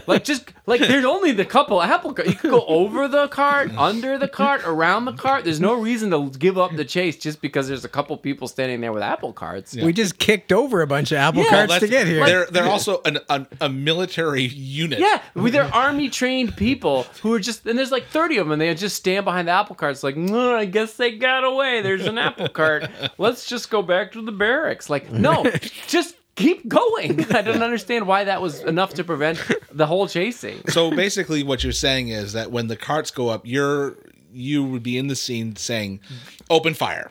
[SPEAKER 2] like just like there's only the couple apple cart. You could go over the cart, under the cart, around the cart. There's no reason to give up the chase just because there's a couple people standing there with apple carts.
[SPEAKER 1] We just kicked over a bunch of apple
[SPEAKER 2] Yeah,
[SPEAKER 1] carts
[SPEAKER 3] Well,
[SPEAKER 1] to
[SPEAKER 3] that's-
[SPEAKER 1] get here.
[SPEAKER 3] They're they're also an, an, a military unit.
[SPEAKER 2] Yeah, with their army trained people who are just and there's like 30 of them and they just stand behind the apple carts like, no, I guess they got away. There's an apple cart. Let's just go back to the barracks. Like, no, just keep going. I don't understand why that was enough to prevent the whole chasing.
[SPEAKER 3] So basically, what you're saying is that when the carts go up, you're you would be in the scene saying, "Open fire."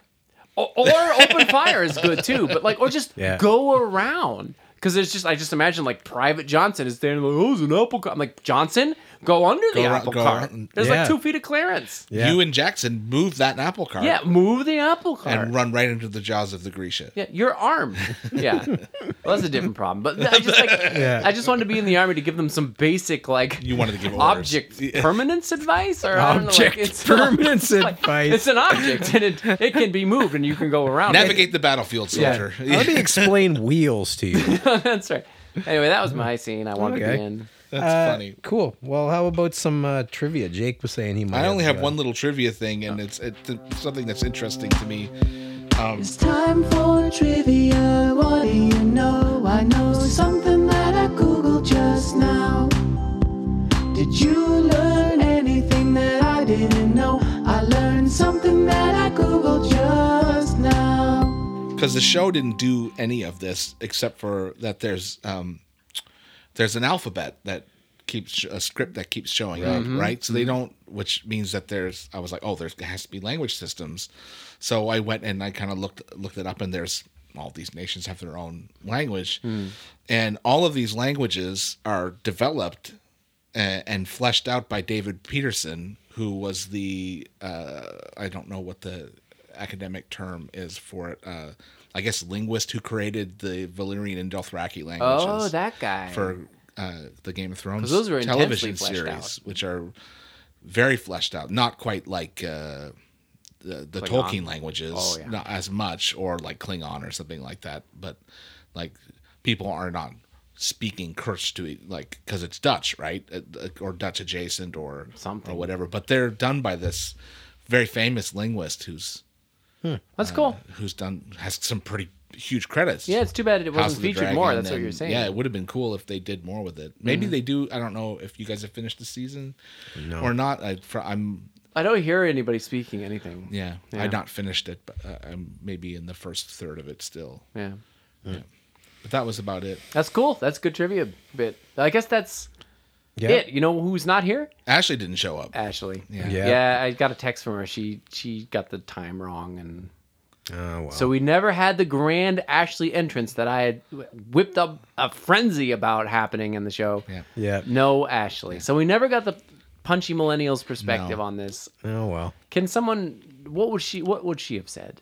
[SPEAKER 2] O- or open fire is good too, but like or just
[SPEAKER 1] Yeah.
[SPEAKER 2] go around. Because it's just, I just imagine like Private Johnson is there, like, oh, it's an apple cart. I'm like, Johnson, go under the
[SPEAKER 3] Go around-
[SPEAKER 2] apple
[SPEAKER 3] go
[SPEAKER 2] cart.
[SPEAKER 3] around.
[SPEAKER 2] There's
[SPEAKER 1] Yeah.
[SPEAKER 2] like two feet of clearance.
[SPEAKER 1] Yeah.
[SPEAKER 3] You and Jackson move that apple cart
[SPEAKER 2] Yeah, move the apple cart.
[SPEAKER 3] and run right into the jaws of the Grisha.
[SPEAKER 2] Yeah, you're armed. Yeah, well, that's a different problem. But I just like, I just wanted to be in the army to give them some basic like
[SPEAKER 3] You wanted to give orders.
[SPEAKER 2] object permanence advice or I don't know, like,
[SPEAKER 1] Object
[SPEAKER 2] it's
[SPEAKER 1] permanence
[SPEAKER 2] like,
[SPEAKER 1] advice.
[SPEAKER 2] It's an object and it, it can be moved and you can go around. it.
[SPEAKER 3] Navigate the battlefield, soldier.
[SPEAKER 1] Let me explain wheels to you.
[SPEAKER 2] that's right. Anyway, that was my scene. I wanted to
[SPEAKER 1] Okay.
[SPEAKER 2] be in.
[SPEAKER 3] That's funny.
[SPEAKER 1] Uh, Cool. Well, how about some uh, trivia? Jake was saying he might.
[SPEAKER 3] I only have
[SPEAKER 1] uh,
[SPEAKER 3] one little trivia thing, and it's, it's something that's interesting to me.
[SPEAKER 4] It's time for trivia. What do you know? I know something that I googled just now. Did you learn anything that I didn't know? I learned something that I googled just now.
[SPEAKER 3] because the show didn't do any of this except for that there's um there's an alphabet that keeps a script that keeps showing
[SPEAKER 2] Mm-hmm.
[SPEAKER 3] up right so they don't which means that there's i was like oh there's there has to be language systems so i went and i kind of looked looked it up and there's all these nations have their own language
[SPEAKER 2] Hmm.
[SPEAKER 3] and all of these languages are developed uh, and fleshed out by david peterson who was the uh, i don't know what the academic term is for it uh, i guess linguist who created the valyrian and dothraki languages
[SPEAKER 2] Oh, that guy.
[SPEAKER 3] for uh, the Game of Thrones
[SPEAKER 2] 'Cause those were intensely
[SPEAKER 3] television
[SPEAKER 2] fleshed
[SPEAKER 3] series,
[SPEAKER 2] out.
[SPEAKER 3] which are very fleshed out, not quite like uh, the, the Tolkien languages,
[SPEAKER 2] Oh, yeah.
[SPEAKER 3] not as much, or like Klingon or something like that. But like people are not speaking Kurdish to it, like because it's Dutch, right, Uh, or Dutch adjacent, or
[SPEAKER 2] Something.
[SPEAKER 3] or whatever. But they're done by this very famous linguist who's
[SPEAKER 2] That's cool.
[SPEAKER 3] who's done has some pretty huge credits.
[SPEAKER 2] Yeah, it's too bad it
[SPEAKER 3] House
[SPEAKER 2] wasn't
[SPEAKER 3] of the
[SPEAKER 2] featured
[SPEAKER 3] Dragon
[SPEAKER 2] more. That's what
[SPEAKER 3] and-
[SPEAKER 2] you're saying. Mm-hmm.
[SPEAKER 3] Yeah, it would have been cool if they did more with it. Maybe they do. I don't know if you guys have finished the season or not. I, fr- I'm
[SPEAKER 2] I don't hear anybody speaking anything.
[SPEAKER 3] yeah,
[SPEAKER 2] Yeah.
[SPEAKER 3] I not finished it, but uh, I'm maybe in the first third of it still.
[SPEAKER 2] Yeah.
[SPEAKER 3] But that was about it.
[SPEAKER 2] That's cool. That's good trivia bit. I guess that's
[SPEAKER 1] Yeah.
[SPEAKER 2] it. You know who's not here?
[SPEAKER 3] Ashley didn't show up.
[SPEAKER 2] Ashley.
[SPEAKER 3] Yeah.
[SPEAKER 1] Yeah.
[SPEAKER 2] Yeah. I got a text from her. She she got the time wrong, and
[SPEAKER 1] Oh, wow.
[SPEAKER 2] so we never had the grand Ashley entrance that I had whipped up a frenzy about happening in the show.
[SPEAKER 3] Yeah.
[SPEAKER 1] yeah.
[SPEAKER 2] No Ashley. So we never got the punchy millennials perspective
[SPEAKER 3] No.
[SPEAKER 2] on this.
[SPEAKER 1] Oh well.
[SPEAKER 2] Can someone? What would she? What would she have said?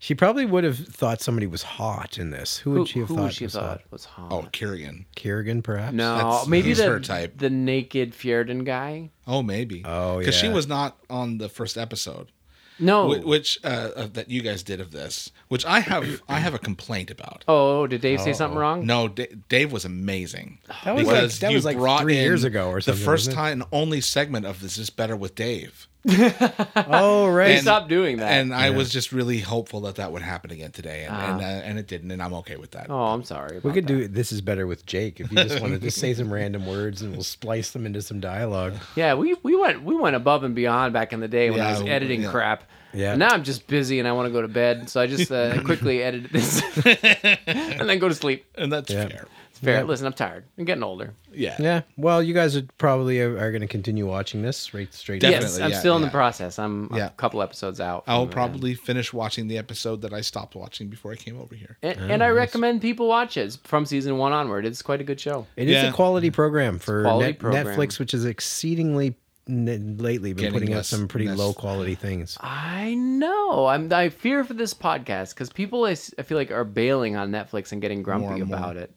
[SPEAKER 1] She probably would have thought somebody was hot in this. Who would
[SPEAKER 2] Who,
[SPEAKER 1] she have
[SPEAKER 2] who
[SPEAKER 1] thought?
[SPEAKER 2] would she have
[SPEAKER 1] was uh, hot?
[SPEAKER 2] thought was hot?
[SPEAKER 3] Oh, Kirian.
[SPEAKER 1] Kerrigan, perhaps.
[SPEAKER 2] no,
[SPEAKER 3] that's-
[SPEAKER 2] maybe
[SPEAKER 3] he's
[SPEAKER 2] the
[SPEAKER 3] her type.
[SPEAKER 2] the naked Fjordan guy.
[SPEAKER 3] Oh, maybe.
[SPEAKER 1] Oh,
[SPEAKER 3] she
[SPEAKER 1] yeah.
[SPEAKER 3] was not on the first episode.
[SPEAKER 2] No.
[SPEAKER 3] whi- which uh, uh, that you guys did of this, which I have I have a complaint about.
[SPEAKER 2] Oh, did Dave say something wrong?
[SPEAKER 3] No, D- Dave was amazing.
[SPEAKER 1] That was like-
[SPEAKER 3] Because
[SPEAKER 1] that
[SPEAKER 3] you
[SPEAKER 1] was like
[SPEAKER 3] brought
[SPEAKER 1] three
[SPEAKER 3] in
[SPEAKER 1] years ago or something,
[SPEAKER 3] The first
[SPEAKER 1] wasn't it?
[SPEAKER 3] time and only segment of this is better with Dave.
[SPEAKER 1] Oh,
[SPEAKER 2] They
[SPEAKER 1] right.
[SPEAKER 3] And-
[SPEAKER 2] stopped doing that.
[SPEAKER 3] And I was just really hopeful that that would happen again today, and and, uh, and it didn't, and I'm okay with that.
[SPEAKER 2] oh, I'm sorry.
[SPEAKER 1] we
[SPEAKER 2] about
[SPEAKER 1] could
[SPEAKER 2] that.
[SPEAKER 1] do this is better with Jake if you just wanted to say some random words and we'll splice them into some dialogue.
[SPEAKER 2] Yeah, we, we went we went above and beyond back in the day when I
[SPEAKER 3] Yeah,
[SPEAKER 2] was
[SPEAKER 3] we-
[SPEAKER 2] editing
[SPEAKER 3] yeah.
[SPEAKER 2] crap.
[SPEAKER 1] Yeah.
[SPEAKER 2] Now I'm just busy and I want to go to bed, so I just uh, quickly edited this and then go to sleep.
[SPEAKER 3] And that's
[SPEAKER 1] Yeah.
[SPEAKER 3] fair.
[SPEAKER 2] It's fair.
[SPEAKER 1] Yeah.
[SPEAKER 2] Listen, I'm tired. I'm getting older.
[SPEAKER 3] Yeah.
[SPEAKER 1] Yeah. Well, you guys are probably are, are going to continue watching this right straight.
[SPEAKER 3] Definitely.
[SPEAKER 2] yes, I'm
[SPEAKER 3] yeah,
[SPEAKER 2] still in the
[SPEAKER 3] yeah.
[SPEAKER 2] process. I'm
[SPEAKER 3] Yeah.
[SPEAKER 2] a couple episodes out.
[SPEAKER 3] I'll
[SPEAKER 2] from, uh,
[SPEAKER 3] probably finish watching the episode that I stopped watching before I came over here.
[SPEAKER 2] And, and I recommend people watch it It's from season one onward. It's quite a good show.
[SPEAKER 1] It is
[SPEAKER 3] Yeah.
[SPEAKER 1] a quality program for
[SPEAKER 2] quality
[SPEAKER 1] Net-
[SPEAKER 2] program.
[SPEAKER 1] Netflix, which is exceedingly n- lately been
[SPEAKER 3] Getting
[SPEAKER 1] putting out
[SPEAKER 3] less-
[SPEAKER 1] some pretty
[SPEAKER 3] less-
[SPEAKER 1] low quality things.
[SPEAKER 2] I know. I'm. I fear for this podcast because people I, s- I feel like are bailing on Netflix and getting grumpy
[SPEAKER 3] More Mm. and more.
[SPEAKER 2] about it.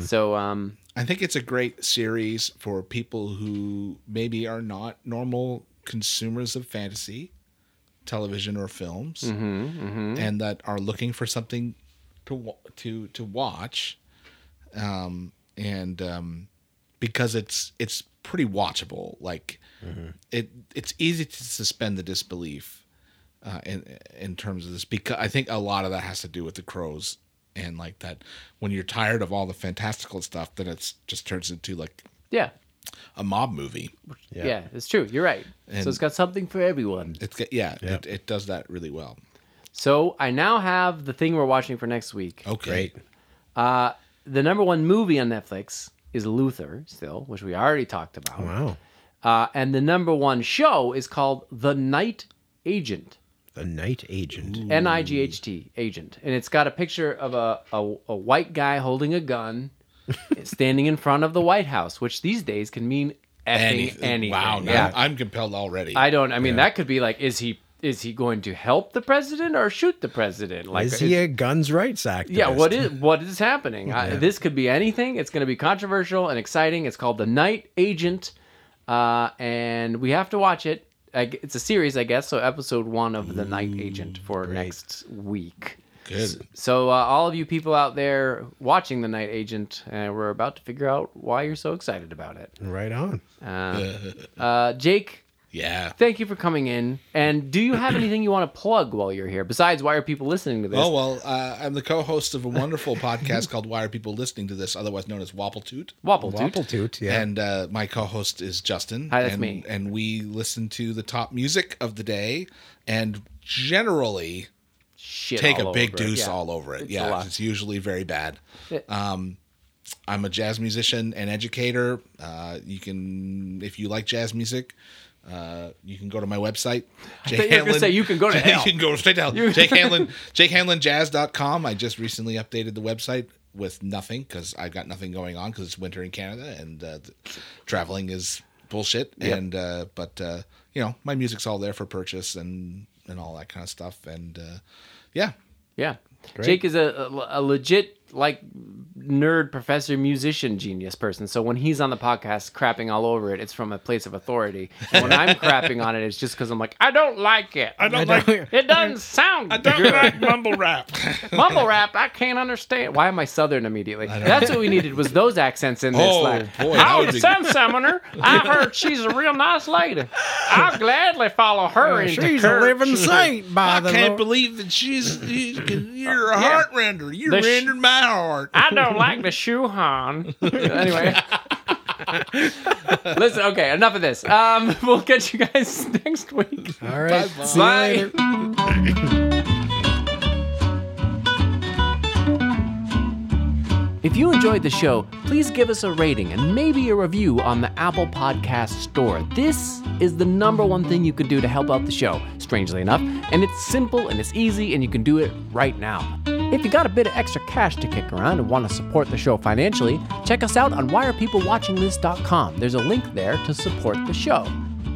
[SPEAKER 2] So um,
[SPEAKER 3] I think it's a great series for people who maybe are not normal consumers of fantasy television or films and that are looking for something to wa- to to watch um and um because it's it's pretty watchable like it it's easy to suspend the disbelief uh, in in terms of this because I think a lot of that has to do with the crows and like that when you're tired of all the fantastical stuff, then it's just turns into like
[SPEAKER 2] yeah,
[SPEAKER 3] a mob movie.
[SPEAKER 2] yeah, it's true. You're right. so it's got something for everyone.
[SPEAKER 3] It's got- yeah,
[SPEAKER 1] Yeah.
[SPEAKER 3] It, it does that really well.
[SPEAKER 2] So I now have the thing we're watching for next week.
[SPEAKER 3] Okay,
[SPEAKER 1] Great.
[SPEAKER 2] Uh, the number one movie on Netflix is Luther, still, which we already talked about.
[SPEAKER 1] Wow.
[SPEAKER 2] Uh, and the number one show is called The Night Agent.
[SPEAKER 1] The Night Agent.
[SPEAKER 2] N I G H T agent, and it's got a picture of a, a, a white guy holding a gun, standing in front of the White House, which these days can mean effing anything.
[SPEAKER 3] Wow, now
[SPEAKER 2] yeah.
[SPEAKER 3] I'm compelled already.
[SPEAKER 2] I don't. I mean, that could be like, is he is he going to help the president or shoot the president? Like,
[SPEAKER 1] is he
[SPEAKER 2] it's-
[SPEAKER 1] a guns rights activist?
[SPEAKER 2] yeah, what is what is happening? I, this could be anything. It's going to be controversial and exciting. It's called The Night Agent, uh, and we have to watch it. I g it's a series, I guess. So episode one of The Night Agent for
[SPEAKER 1] Mm,
[SPEAKER 2] next week.
[SPEAKER 3] Good.
[SPEAKER 2] So uh, all of you people out there watching The Night Agent, uh, we're about to figure out why you're so excited about it.
[SPEAKER 1] Right on.
[SPEAKER 2] Uh, Jake,
[SPEAKER 3] Yeah.
[SPEAKER 2] thank you for coming in. And do you have anything you want to plug while you're here? Besides, why are people listening to this?
[SPEAKER 3] Oh well, uh, I'm the co-host of a wonderful podcast called "Why Are People Listening to This?" otherwise known as Wappletoot.
[SPEAKER 2] Wobble, toot.
[SPEAKER 1] Wappletoot. Yeah.
[SPEAKER 3] And uh, my co-host is Justin.
[SPEAKER 2] Hi, that's
[SPEAKER 3] and,
[SPEAKER 2] me.
[SPEAKER 3] And we listen to the top music of the day, and generally
[SPEAKER 2] Shit
[SPEAKER 3] take
[SPEAKER 2] all
[SPEAKER 3] a big
[SPEAKER 2] over it.
[SPEAKER 3] deuce
[SPEAKER 2] Yeah.
[SPEAKER 3] all over it.
[SPEAKER 2] It's a
[SPEAKER 3] yeah,
[SPEAKER 2] lot.
[SPEAKER 3] it's usually very bad. Um, I'm a jazz musician and educator. Uh, you can, if you like jazz music, uh, you can go to my website. Jake
[SPEAKER 2] thought you were gonna say you can go to hell.
[SPEAKER 3] you can go straight to hell. Jake Hanlon, JakeHanlonJazz.com. I just recently updated the website with nothing because I've got nothing going on because it's winter in Canada and uh, th- traveling is bullshit. And uh, but uh, you know, my music's all there for purchase and and all that kind of stuff. And uh, yeah,
[SPEAKER 2] Yeah. Jake is a, a, a legit, like, nerd professor, musician, genius person. So when he's on the podcast crapping all over it, it's from a place of authority. And when I'm crapping on it, it's just because I'm like, I don't like it. I
[SPEAKER 1] I don't-
[SPEAKER 2] It doesn't sound good.
[SPEAKER 3] mumble rap.
[SPEAKER 2] Mumble rap, I can't understand. Why am I Southern immediately? That's what we needed was those accents in this.
[SPEAKER 3] Oh,
[SPEAKER 2] like,
[SPEAKER 3] boy, that
[SPEAKER 2] I
[SPEAKER 3] would
[SPEAKER 2] was
[SPEAKER 3] be-
[SPEAKER 2] some summoner. I heard she's a real nice lady. I'll gladly follow her into
[SPEAKER 1] Uh, She's a
[SPEAKER 2] church.
[SPEAKER 1] living saint by
[SPEAKER 3] I
[SPEAKER 1] the
[SPEAKER 3] can't
[SPEAKER 1] Lord.
[SPEAKER 3] believe that she's you can- you're a heart render. You
[SPEAKER 2] The sh-
[SPEAKER 3] rendered my heart.
[SPEAKER 2] I don't like the shoe horn. anyway. Listen, okay, enough of this. Um, we'll catch you guys next week.
[SPEAKER 1] All right.
[SPEAKER 3] Bye-bye.
[SPEAKER 1] See you
[SPEAKER 2] Bye.
[SPEAKER 1] later.
[SPEAKER 2] If you enjoyed the show, please give us a rating and maybe a review on the Apple Podcast Store. This is the number one thing you can do to help out the show, strangely enough, and it's simple and it's easy and you can do it right now. If you got a bit of extra cash to kick around and want to support the show financially, check us out on whyarepeoplewatchingthis.com. There's a link there to support the show.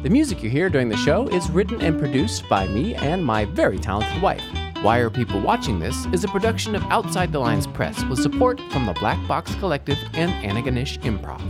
[SPEAKER 2] The music you hear during the show is written and produced by me and my very talented wife. Why Are People Watching This is a production of Outside the Lines Press with support from the Black Box Collective and Anaganish Improv.